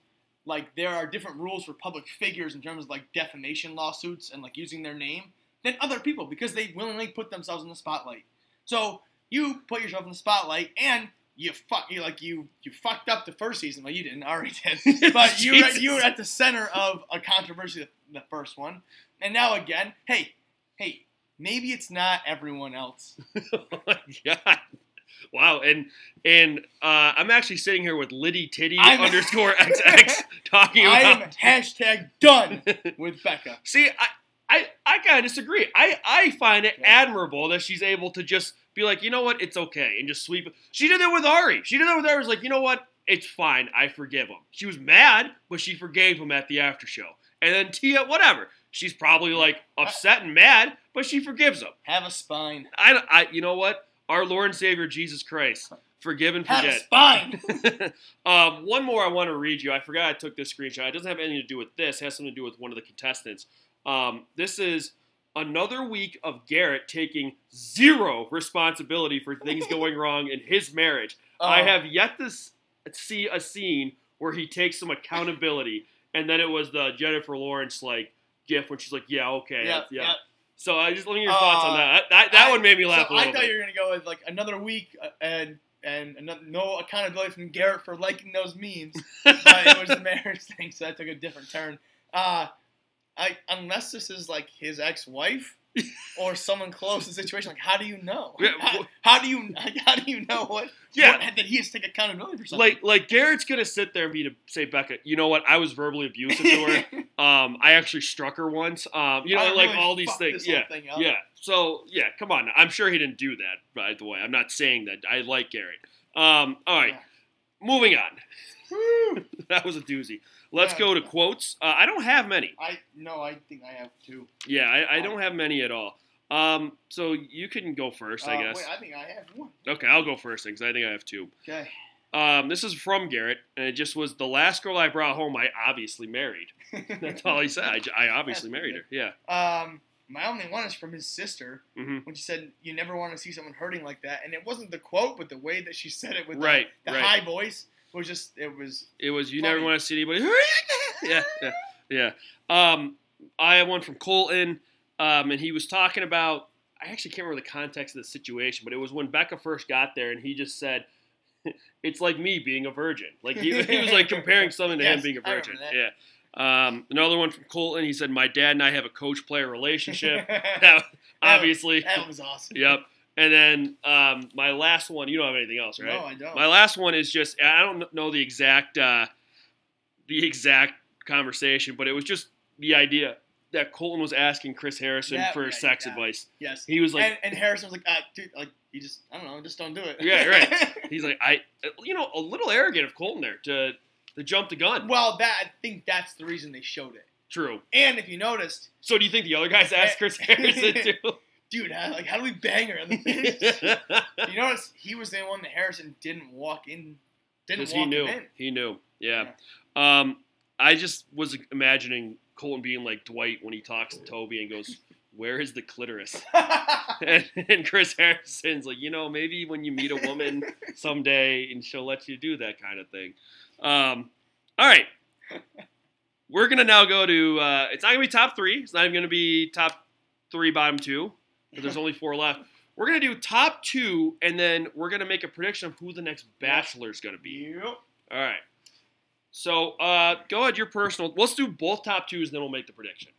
Speaker 3: like there are different rules for public figures in terms of like defamation lawsuits and like using their name than other people because they willingly put themselves in the spotlight. So you put yourself in the spotlight and you fuck you like you you fucked up the first season. Well, you didn't. I already did. But you were, you were at the center of a controversy the first one. And now again, hey, hey, maybe it's not everyone else.
Speaker 2: (laughs) oh my god. Wow, and and uh, I'm actually sitting here with Liddy Titty
Speaker 3: I'm- (laughs)
Speaker 2: underscore XX talking
Speaker 3: I
Speaker 2: about. (laughs)
Speaker 3: am hashtag done with Becca.
Speaker 2: See, I I, I kind of disagree. I I find it
Speaker 3: Yeah.
Speaker 2: admirable that she's able to just be like, you know what, it's okay, and just sweep. it. She did that with Ari. She did that with Ari. It was like, you know what, it's fine. I forgive him. She was mad, but she forgave him at the after show. And then Tia, whatever. She's probably like upset and mad, but she forgives him.
Speaker 3: Have a spine.
Speaker 2: I, I you know what? Our Lord and Savior Jesus Christ, forgive and
Speaker 3: Have a
Speaker 2: forget.
Speaker 3: spine. (laughs)
Speaker 2: um, one more I want to read you. I forgot I took this screenshot. It doesn't have anything to do with this. It has something to do with one of the contestants. Um, this is another week of Garrett taking zero responsibility for
Speaker 3: (laughs)
Speaker 2: things going wrong in his marriage. (laughs) I
Speaker 3: Oh,
Speaker 2: have yet to s- see a scene where he takes some accountability. And then it was the Jennifer Lawrence like gif when she's like, "Yeah, okay,
Speaker 3: yeah, yeah.
Speaker 2: So I just let me hear your thoughts on
Speaker 3: Uh,
Speaker 2: that. That, that
Speaker 3: I-
Speaker 2: one made me
Speaker 3: So
Speaker 2: laugh a
Speaker 3: I
Speaker 2: little
Speaker 3: thought
Speaker 2: bit.
Speaker 3: you were gonna go with like another week uh, and and ano- no accountability from Garrett for liking those memes. but it
Speaker 2: (laughs)
Speaker 3: was the marriage thing, so that took a different turn. Uh, I, unless this is like his ex-wife or someone close to the situation, like how do you know?
Speaker 2: (laughs) Yeah,
Speaker 3: how,
Speaker 2: wh-
Speaker 3: how do you how do you know what?
Speaker 2: Yeah.
Speaker 3: what- that he has to take accountability for something.
Speaker 2: like, like Garrett's gonna sit there and be to say, Becca, you know what? I was verbally abusive to
Speaker 3: (laughs)
Speaker 2: her. um, I actually struck her once. Um, you know,
Speaker 3: I
Speaker 2: like
Speaker 3: really
Speaker 2: all these
Speaker 3: fucked
Speaker 2: things.
Speaker 3: this whole
Speaker 2: Yeah,
Speaker 3: thing up.
Speaker 2: yeah. So yeah, come on. I'm sure he didn't do that. By the way, I'm not saying that. I like Garrett. Um, all right,
Speaker 3: Yeah.
Speaker 2: moving on.
Speaker 3: Woo.
Speaker 2: (laughs) that was a doozy. Let's
Speaker 3: Yeah.
Speaker 2: go to quotes. Uh, I don't have many.
Speaker 3: I no, I think I have two.
Speaker 2: Yeah, I,
Speaker 3: Oh.
Speaker 2: I don't have many at all. Um, so you can go first, I
Speaker 3: Uh,
Speaker 2: guess.
Speaker 3: Wait, I think I have one.
Speaker 2: okay, I'll go first because I think I have two.
Speaker 3: Okay.
Speaker 2: Um, this is from Garrett, and it just was the last girl I brought home. I obviously married. (laughs) That's all he said. I, j- I obviously
Speaker 3: That's
Speaker 2: married her. Yeah.
Speaker 3: (laughs) Um, my only one is from his sister
Speaker 2: hmm
Speaker 3: when she said, "You never want to see someone hurting like that." And it wasn't the quote, but the way that she said it with the-
Speaker 2: Right,
Speaker 3: the,
Speaker 2: right.
Speaker 3: high voice was just it was.
Speaker 2: It was you never
Speaker 3: Funny.
Speaker 2: want to see anybody. (laughs) yeah, yeah, yeah. Um, I have one from Colton, um, and he was talking about. I actually can't remember the context of the situation, but it was when Becca first got there, and he just said, (laughs) "It's like me being a virgin." Like he, he was like comparing something to him
Speaker 3: Yes,
Speaker 2: being a
Speaker 3: I remember
Speaker 2: virgin.
Speaker 3: that.
Speaker 2: Yeah. Um, another one from Colton. He said, "My dad and I have a coach-player relationship."
Speaker 3: (laughs) that,
Speaker 2: (laughs) that, obviously.
Speaker 3: was
Speaker 2: (laughs)
Speaker 3: awesome.
Speaker 2: Yep. And then um, my last one, you don't have anything else, right?
Speaker 3: No, I don't.
Speaker 2: My last one is just I don't know the exact uh, the exact conversation, but it was just the idea that Colton was asking Chris Harrison
Speaker 3: That-
Speaker 2: for
Speaker 3: yeah,
Speaker 2: sex
Speaker 3: yeah.
Speaker 2: advice.
Speaker 3: yes.
Speaker 2: He was like,
Speaker 3: and, and Harrison was like, ah, dude, like you just, I don't know, just don't do it.
Speaker 2: Yeah, right. he's like, I, you know, a little arrogant of Colton there to to jump the gun.
Speaker 3: (laughs) well, that I think that's the reason they showed it.
Speaker 2: True.
Speaker 3: And if you noticed,
Speaker 2: So do you think the other guys asked
Speaker 3: (laughs)
Speaker 2: Chris Harrison too?
Speaker 3: dude, how, like how do we bang her in
Speaker 2: (laughs)
Speaker 3: the face? (laughs) you notice he was the one that Harrison didn't walk in, didn't
Speaker 2: Because
Speaker 3: walk
Speaker 2: he knew.
Speaker 3: him in. (laughs)
Speaker 2: He knew. Yeah. Um, I just was imagining Colton being like Dwight when he talks to Toby and goes, "Where is the clitoris?" (laughs) And, and Chris Harrison's like, you know, maybe when you meet a
Speaker 3: (laughs)
Speaker 2: woman someday and she'll let you do that kind of thing. Um, all right. We're going to now go to, uh, it's not going to be top three. It's not even going to be top three, bottom two, but there's only four left. We're going to do top two, and then we're going to make a prediction of who the next bachelor is going to be.
Speaker 3: Yep.
Speaker 2: All right. So uh, go ahead, your personal. Let's do both top twos, then we'll make the prediction.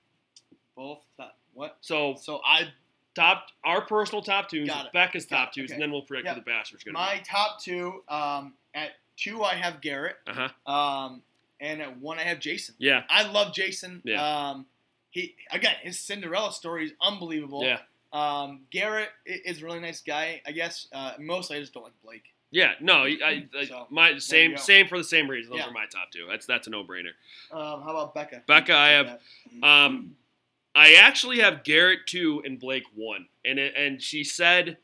Speaker 3: Both. Thought, what?
Speaker 2: So
Speaker 3: So I
Speaker 2: top, our personal top twos,
Speaker 3: Got it.
Speaker 2: Becca's
Speaker 3: Got
Speaker 2: top
Speaker 3: it.
Speaker 2: twos,
Speaker 3: Okay.
Speaker 2: and then we'll predict
Speaker 3: Yeah.
Speaker 2: who the bachelor's gonna
Speaker 3: my top two. Um, at two I have Garrett.
Speaker 2: be. Uh huh.
Speaker 3: Um, and at one I have Jason.
Speaker 2: Yeah.
Speaker 3: I love Jason.
Speaker 2: Yeah.
Speaker 3: Um, he again his Cinderella story is unbelievable.
Speaker 2: Yeah.
Speaker 3: Um, Garrett i- is a really nice guy. I guess uh, mostly I just don't like Blake.
Speaker 2: Yeah. No.
Speaker 3: (laughs)
Speaker 2: I, I,
Speaker 3: So,
Speaker 2: my
Speaker 3: go.
Speaker 2: same same for the same reason. Those
Speaker 3: Yeah.
Speaker 2: are my top two. That's that's a no brainer.
Speaker 3: Um, how about Becca?
Speaker 2: Becca, I have Um, I actually have Garrett two and Blake one, and it, and she said,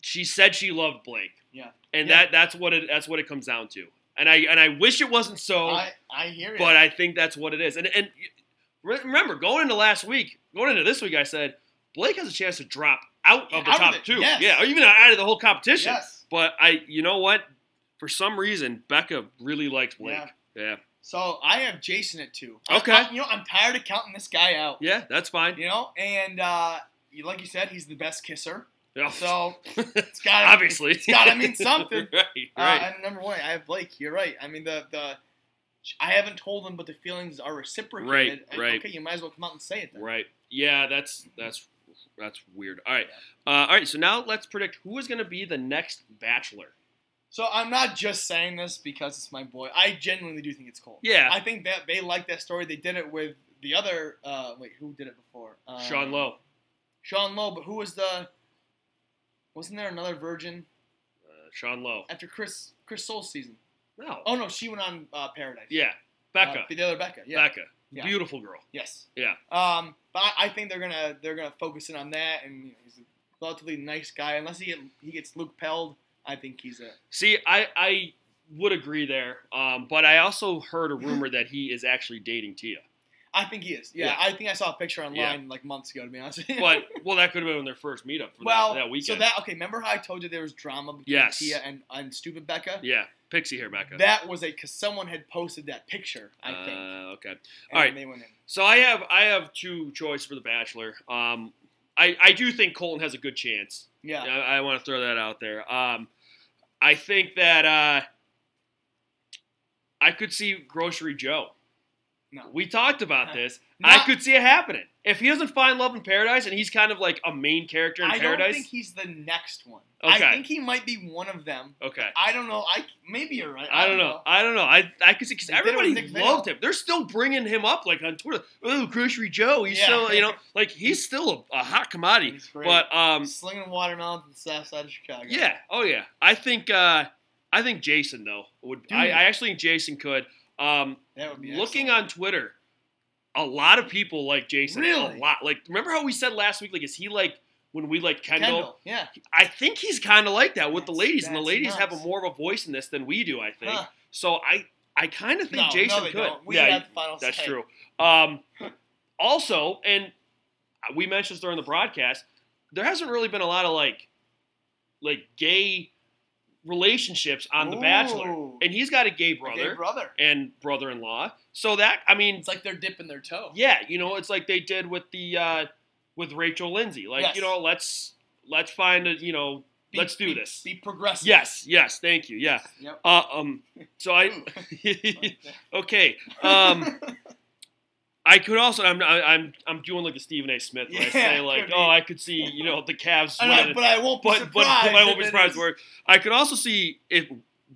Speaker 2: she said she loved Blake.
Speaker 3: Yeah.
Speaker 2: And
Speaker 3: Yeah.
Speaker 2: that that's what it that's what it comes down to. And I and I wish it wasn't so.
Speaker 3: I, I hear it.
Speaker 2: but I think that's what it is. And and re- remember, going into last week, going into this week, I said Blake has a chance to drop out of the
Speaker 3: Out of
Speaker 2: top
Speaker 3: it,
Speaker 2: two,
Speaker 3: yes.
Speaker 2: yeah, or even out of the whole competition.
Speaker 3: yes.
Speaker 2: But I, you know what? For some reason, Becca really likes Blake.
Speaker 3: Yeah.
Speaker 2: Yeah,
Speaker 3: So I have Jason at two. I-
Speaker 2: Okay.
Speaker 3: I- you know I'm tired of counting this guy out.
Speaker 2: yeah, that's fine. (laughs)
Speaker 3: You know, and uh, you- like you said, he's the best kisser.
Speaker 2: Yeah.
Speaker 3: So it's got
Speaker 2: obviously, (laughs)
Speaker 3: it's gotta mean something.
Speaker 2: right?
Speaker 3: Uh,
Speaker 2: Right.
Speaker 3: and number one, I have Blake. You're right. I mean, the the I haven't told them, but the feelings are reciprocated.
Speaker 2: Right,
Speaker 3: And,
Speaker 2: right.
Speaker 3: Okay, you might as well come out and say it. Then.
Speaker 2: Right. Yeah, that's that's that's weird. All right. Uh, all right. So now let's predict who is going to be the next Bachelor.
Speaker 3: So I'm not just saying this because it's my boy. I genuinely do think it's Cole.
Speaker 2: Yeah.
Speaker 3: I think that they like that story. They did it with the other. Uh, wait, who did it before? Um,
Speaker 2: Sean Lowe.
Speaker 3: Sean Lowe, but who was the? Wasn't there another virgin
Speaker 2: Uh, Sean Lowe.
Speaker 3: after Chris Chris Soul's season?
Speaker 2: No.
Speaker 3: Oh no, she went on uh, Paradise.
Speaker 2: Yeah. Becca.
Speaker 3: Uh, the other Becca. Yeah.
Speaker 2: Becca.
Speaker 3: Yeah.
Speaker 2: Beautiful girl.
Speaker 3: Yes.
Speaker 2: Yeah.
Speaker 3: Um, but I, I think they're gonna they're gonna focus in on that, and you know, he's a relatively nice guy. Unless he get, he gets Luke Pelled, I think he's a
Speaker 2: See, I I would agree there. Um, but I also heard a rumor that he is actually dating Tia.
Speaker 3: I think he is. Yeah,
Speaker 2: Yeah.
Speaker 3: I think I saw a picture online
Speaker 2: Yeah.
Speaker 3: like months ago. To be honest, with (laughs) you.
Speaker 2: But well, that could have been on their first meetup for
Speaker 3: well,
Speaker 2: that, that
Speaker 3: so
Speaker 2: weekend.
Speaker 3: that okay. Remember how I told you there was drama between
Speaker 2: Yes.
Speaker 3: Tia and, and stupid Becca?
Speaker 2: yeah. Pixie hair, Becca.
Speaker 3: That was a because someone had posted that picture. I think.
Speaker 2: Uh, okay.
Speaker 3: and
Speaker 2: alright.
Speaker 3: They went in.
Speaker 2: So I have I have two choices for the Bachelor. Um, I I do think Colton has a good chance. (laughs)
Speaker 3: Yeah.
Speaker 2: I, I want to throw that out there. Um, I think that uh, I could see Grocery Joe.
Speaker 3: No.
Speaker 2: We talked
Speaker 3: (laughs)
Speaker 2: about this. I
Speaker 3: Not-
Speaker 2: could see it happening. If he doesn't find love in paradise and he's kind of like a main character in
Speaker 3: I
Speaker 2: paradise.
Speaker 3: don't think he's the next one.
Speaker 2: Okay.
Speaker 3: I think he might be one of them.
Speaker 2: okay.
Speaker 3: I don't know. I maybe you're right.
Speaker 2: I don't know. I don't know. I I could see because
Speaker 3: They did it with
Speaker 2: everybody
Speaker 3: Nick Vale.
Speaker 2: loved him. They're still bringing him up like on Twitter. Oh, Grocery Joe. He's
Speaker 3: Yeah.
Speaker 2: still
Speaker 3: (laughs)
Speaker 2: you know like he's still a, a hot commodity.
Speaker 3: He's great.
Speaker 2: But um,
Speaker 3: slinging watermelons in the south side of Chicago.
Speaker 2: yeah, oh yeah. I think uh, I think Jason though would. I,
Speaker 3: Dude.
Speaker 2: I actually think Jason could. Um,
Speaker 3: that would be
Speaker 2: looking
Speaker 3: excellent.
Speaker 2: on Twitter, a lot of people like Jason.
Speaker 3: Really?
Speaker 2: a lot. Like remember how we said last week? Like is he like when we like Kendall?
Speaker 3: Kendall. Yeah,
Speaker 2: I think he's kind of like that with the
Speaker 3: That's-
Speaker 2: ladies, and the
Speaker 3: that's
Speaker 2: ladies have a
Speaker 3: nuts.
Speaker 2: more of a voice in this than we do. I think.
Speaker 3: Huh.
Speaker 2: So I I kind of think
Speaker 3: no,
Speaker 2: Jason
Speaker 3: no, they
Speaker 2: could.
Speaker 3: Don't. We
Speaker 2: yeah,
Speaker 3: have the final
Speaker 2: that's
Speaker 3: say.
Speaker 2: true. Um, also, and we mentioned this during the broadcast, there hasn't really been a lot of like, like gay relationships on The Bachelor,
Speaker 3: Ooh.
Speaker 2: and he's got a gay
Speaker 3: Okay,
Speaker 2: brother
Speaker 3: brother.
Speaker 2: and brother-in-law. So that I mean,
Speaker 3: It's like they're dipping their toe.
Speaker 2: yeah, you know, it's like they did with the uh, with Rachel Lindsay. Like
Speaker 3: Yes.
Speaker 2: you know, let's let's find a you know.
Speaker 3: Be-
Speaker 2: Let's do
Speaker 3: be-
Speaker 2: this.
Speaker 3: Be progressive.
Speaker 2: Yes, yes, thank you. Yeah.
Speaker 3: Yep.
Speaker 2: Uh, um. So I.
Speaker 3: Ooh.
Speaker 2: (laughs) okay. (laughs) Um. I could also. I'm. I'm. I'm doing like a Stephen A. Smith. Where I
Speaker 3: Yeah,
Speaker 2: say like,
Speaker 3: could
Speaker 2: oh,
Speaker 3: be.
Speaker 2: I could see you know the Cavs.
Speaker 3: And (laughs) I-
Speaker 2: winning.
Speaker 3: but I won't be
Speaker 2: but but,
Speaker 3: surprised.
Speaker 2: but I won't be
Speaker 3: if it
Speaker 2: surprised.
Speaker 3: is-
Speaker 2: Where I could also see if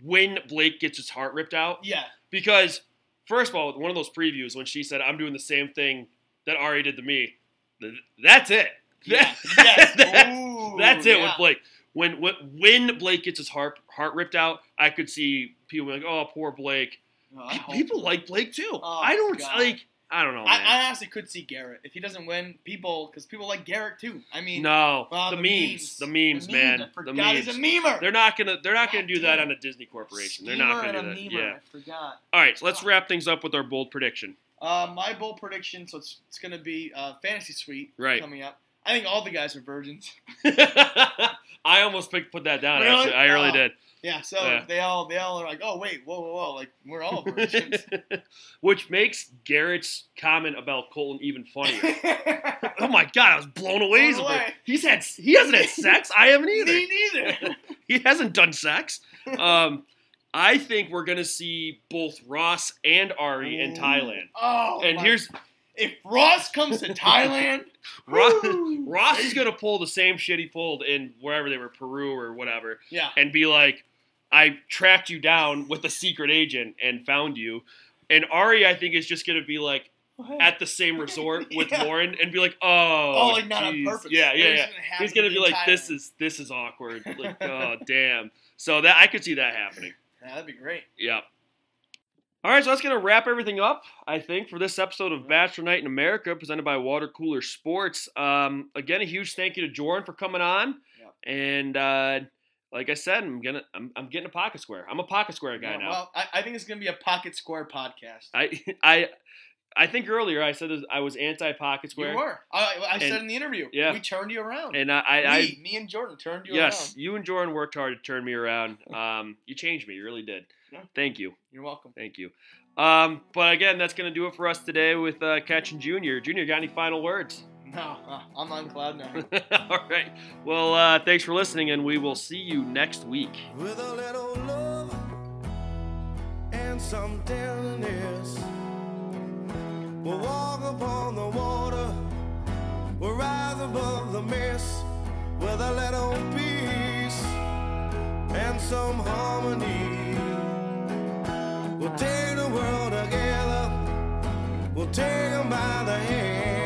Speaker 2: when Blake gets his heart ripped out (laughs)
Speaker 3: Yeah.
Speaker 2: because first of all, with one of those previews when she said, "I'm doing the same thing that Ari did to me," th- that's it.
Speaker 3: yeah.
Speaker 2: That- that's-
Speaker 3: yes. Ooh,
Speaker 2: (laughs) that's it
Speaker 3: yeah.
Speaker 2: with Blake. When, when when Blake gets his heart heart ripped out, I could see people being like, "Oh, poor Blake."
Speaker 3: No, I, hope-
Speaker 2: people like Blake too.
Speaker 3: Oh,
Speaker 2: I don't
Speaker 3: God.
Speaker 2: like. I don't know,
Speaker 3: I,
Speaker 2: man.
Speaker 3: I honestly could see Garrett if he doesn't win. People, because people like Garrett too. I mean,
Speaker 2: no,
Speaker 3: wow,
Speaker 2: the, memes, the memes, man,
Speaker 3: I
Speaker 2: the
Speaker 3: forgot
Speaker 2: memes.
Speaker 3: He's a memer.
Speaker 2: They're not gonna. They're not gonna
Speaker 3: God
Speaker 2: do that
Speaker 3: damn
Speaker 2: on a Disney corporation. They're not
Speaker 3: Schemer
Speaker 2: gonna
Speaker 3: and a
Speaker 2: do that.
Speaker 3: memer,
Speaker 2: Yeah.
Speaker 3: I forgot.
Speaker 2: All right. So let's wrap things up with our bold prediction.
Speaker 3: Uh, my bold prediction, so it's, it's going to be uh, Fantasy Suite
Speaker 2: Right. (laughs)
Speaker 3: coming up. I think all the guys are virgins. (laughs)
Speaker 2: I almost picked, put that down.
Speaker 3: Really?
Speaker 2: Actually, I really
Speaker 3: Oh. (laughs)
Speaker 2: did.
Speaker 3: Yeah, so
Speaker 2: Yeah.
Speaker 3: they all they all are like, oh wait, whoa, whoa, whoa, like we're
Speaker 2: (laughs)
Speaker 3: all virgins.
Speaker 2: Which makes Garrett's comment about Colton even
Speaker 3: (laughs)
Speaker 2: funnier.
Speaker 3: Me
Speaker 2: oh my god, I was blown away.
Speaker 3: Blown away.
Speaker 2: He's had. He hasn't had sex. I
Speaker 3: (laughs)
Speaker 2: haven't either. (laughs)
Speaker 3: neither.
Speaker 2: he hasn't done
Speaker 3: (laughs)
Speaker 2: sex. Um, I think we're gonna see both Ross and Ari in
Speaker 3: Ooh.
Speaker 2: Thailand.
Speaker 3: Oh,
Speaker 2: And
Speaker 3: my-
Speaker 2: here's
Speaker 3: if Ross
Speaker 2: (laughs)
Speaker 3: comes to Thailand,
Speaker 2: Ross,
Speaker 3: woo!
Speaker 2: (laughs) Ross is gonna pull the same shit he pulled in wherever they were, Peru or whatever,
Speaker 3: Yeah,
Speaker 2: and be like, "I tracked you down with a secret agent and found you." And Ari, I think, is just gonna be like at the
Speaker 3: (laughs)
Speaker 2: same resort with
Speaker 3: Yeah.
Speaker 2: Lauren and be like, "Oh,
Speaker 3: oh, like not
Speaker 2: geez."
Speaker 3: on purpose.
Speaker 2: Yeah, yeah,
Speaker 3: They're
Speaker 2: yeah.
Speaker 3: just have
Speaker 2: He's
Speaker 3: it
Speaker 2: gonna be
Speaker 3: in
Speaker 2: like, "This
Speaker 3: Thailand.
Speaker 2: is this is awkward."
Speaker 3: (laughs)
Speaker 2: Like, oh, damn. So that I could see that happening.
Speaker 3: Yeah, that'd be great.
Speaker 2: Yeah. All right, so that's going to wrap everything up, I think, for this episode of Bachelor Night in America, presented by Water Cooler Sports. Um, again, a huge thank you to Jordan for coming on, and uh, like I said, I'm gonna, I'm, I'm getting a pocket square. I'm a pocket square guy
Speaker 3: Yeah,
Speaker 2: now.
Speaker 3: Well, I, I think it's gonna be a pocket square podcast.
Speaker 2: I, (laughs) I, I think earlier I said I was anti pocket
Speaker 3: you
Speaker 2: square,
Speaker 3: were. I, I said
Speaker 2: And-
Speaker 3: in the interview.
Speaker 2: yeah.
Speaker 3: we turned you around.
Speaker 2: and I, I,
Speaker 3: we,
Speaker 2: I
Speaker 3: me and Jordan turned you
Speaker 2: yes,
Speaker 3: around.
Speaker 2: you and Jordan worked hard to turn me around. Um, you changed me, you really did.
Speaker 3: Yeah.
Speaker 2: Thank you.
Speaker 3: You're welcome. (laughs)
Speaker 2: Thank you. Um, but again, that's going to do it for us today with uh, Catching Junior. Junior, got any final words? (laughs)
Speaker 3: No, uh, I'm on cloud nine.
Speaker 2: All right. Well, uh, thanks for listening, and we will see you next week.
Speaker 1: With a little love and and something is. We'll walk upon the water, we'll rise above the mist with a little peace and some harmony. We'll take the world together, we'll take 'em by the hand.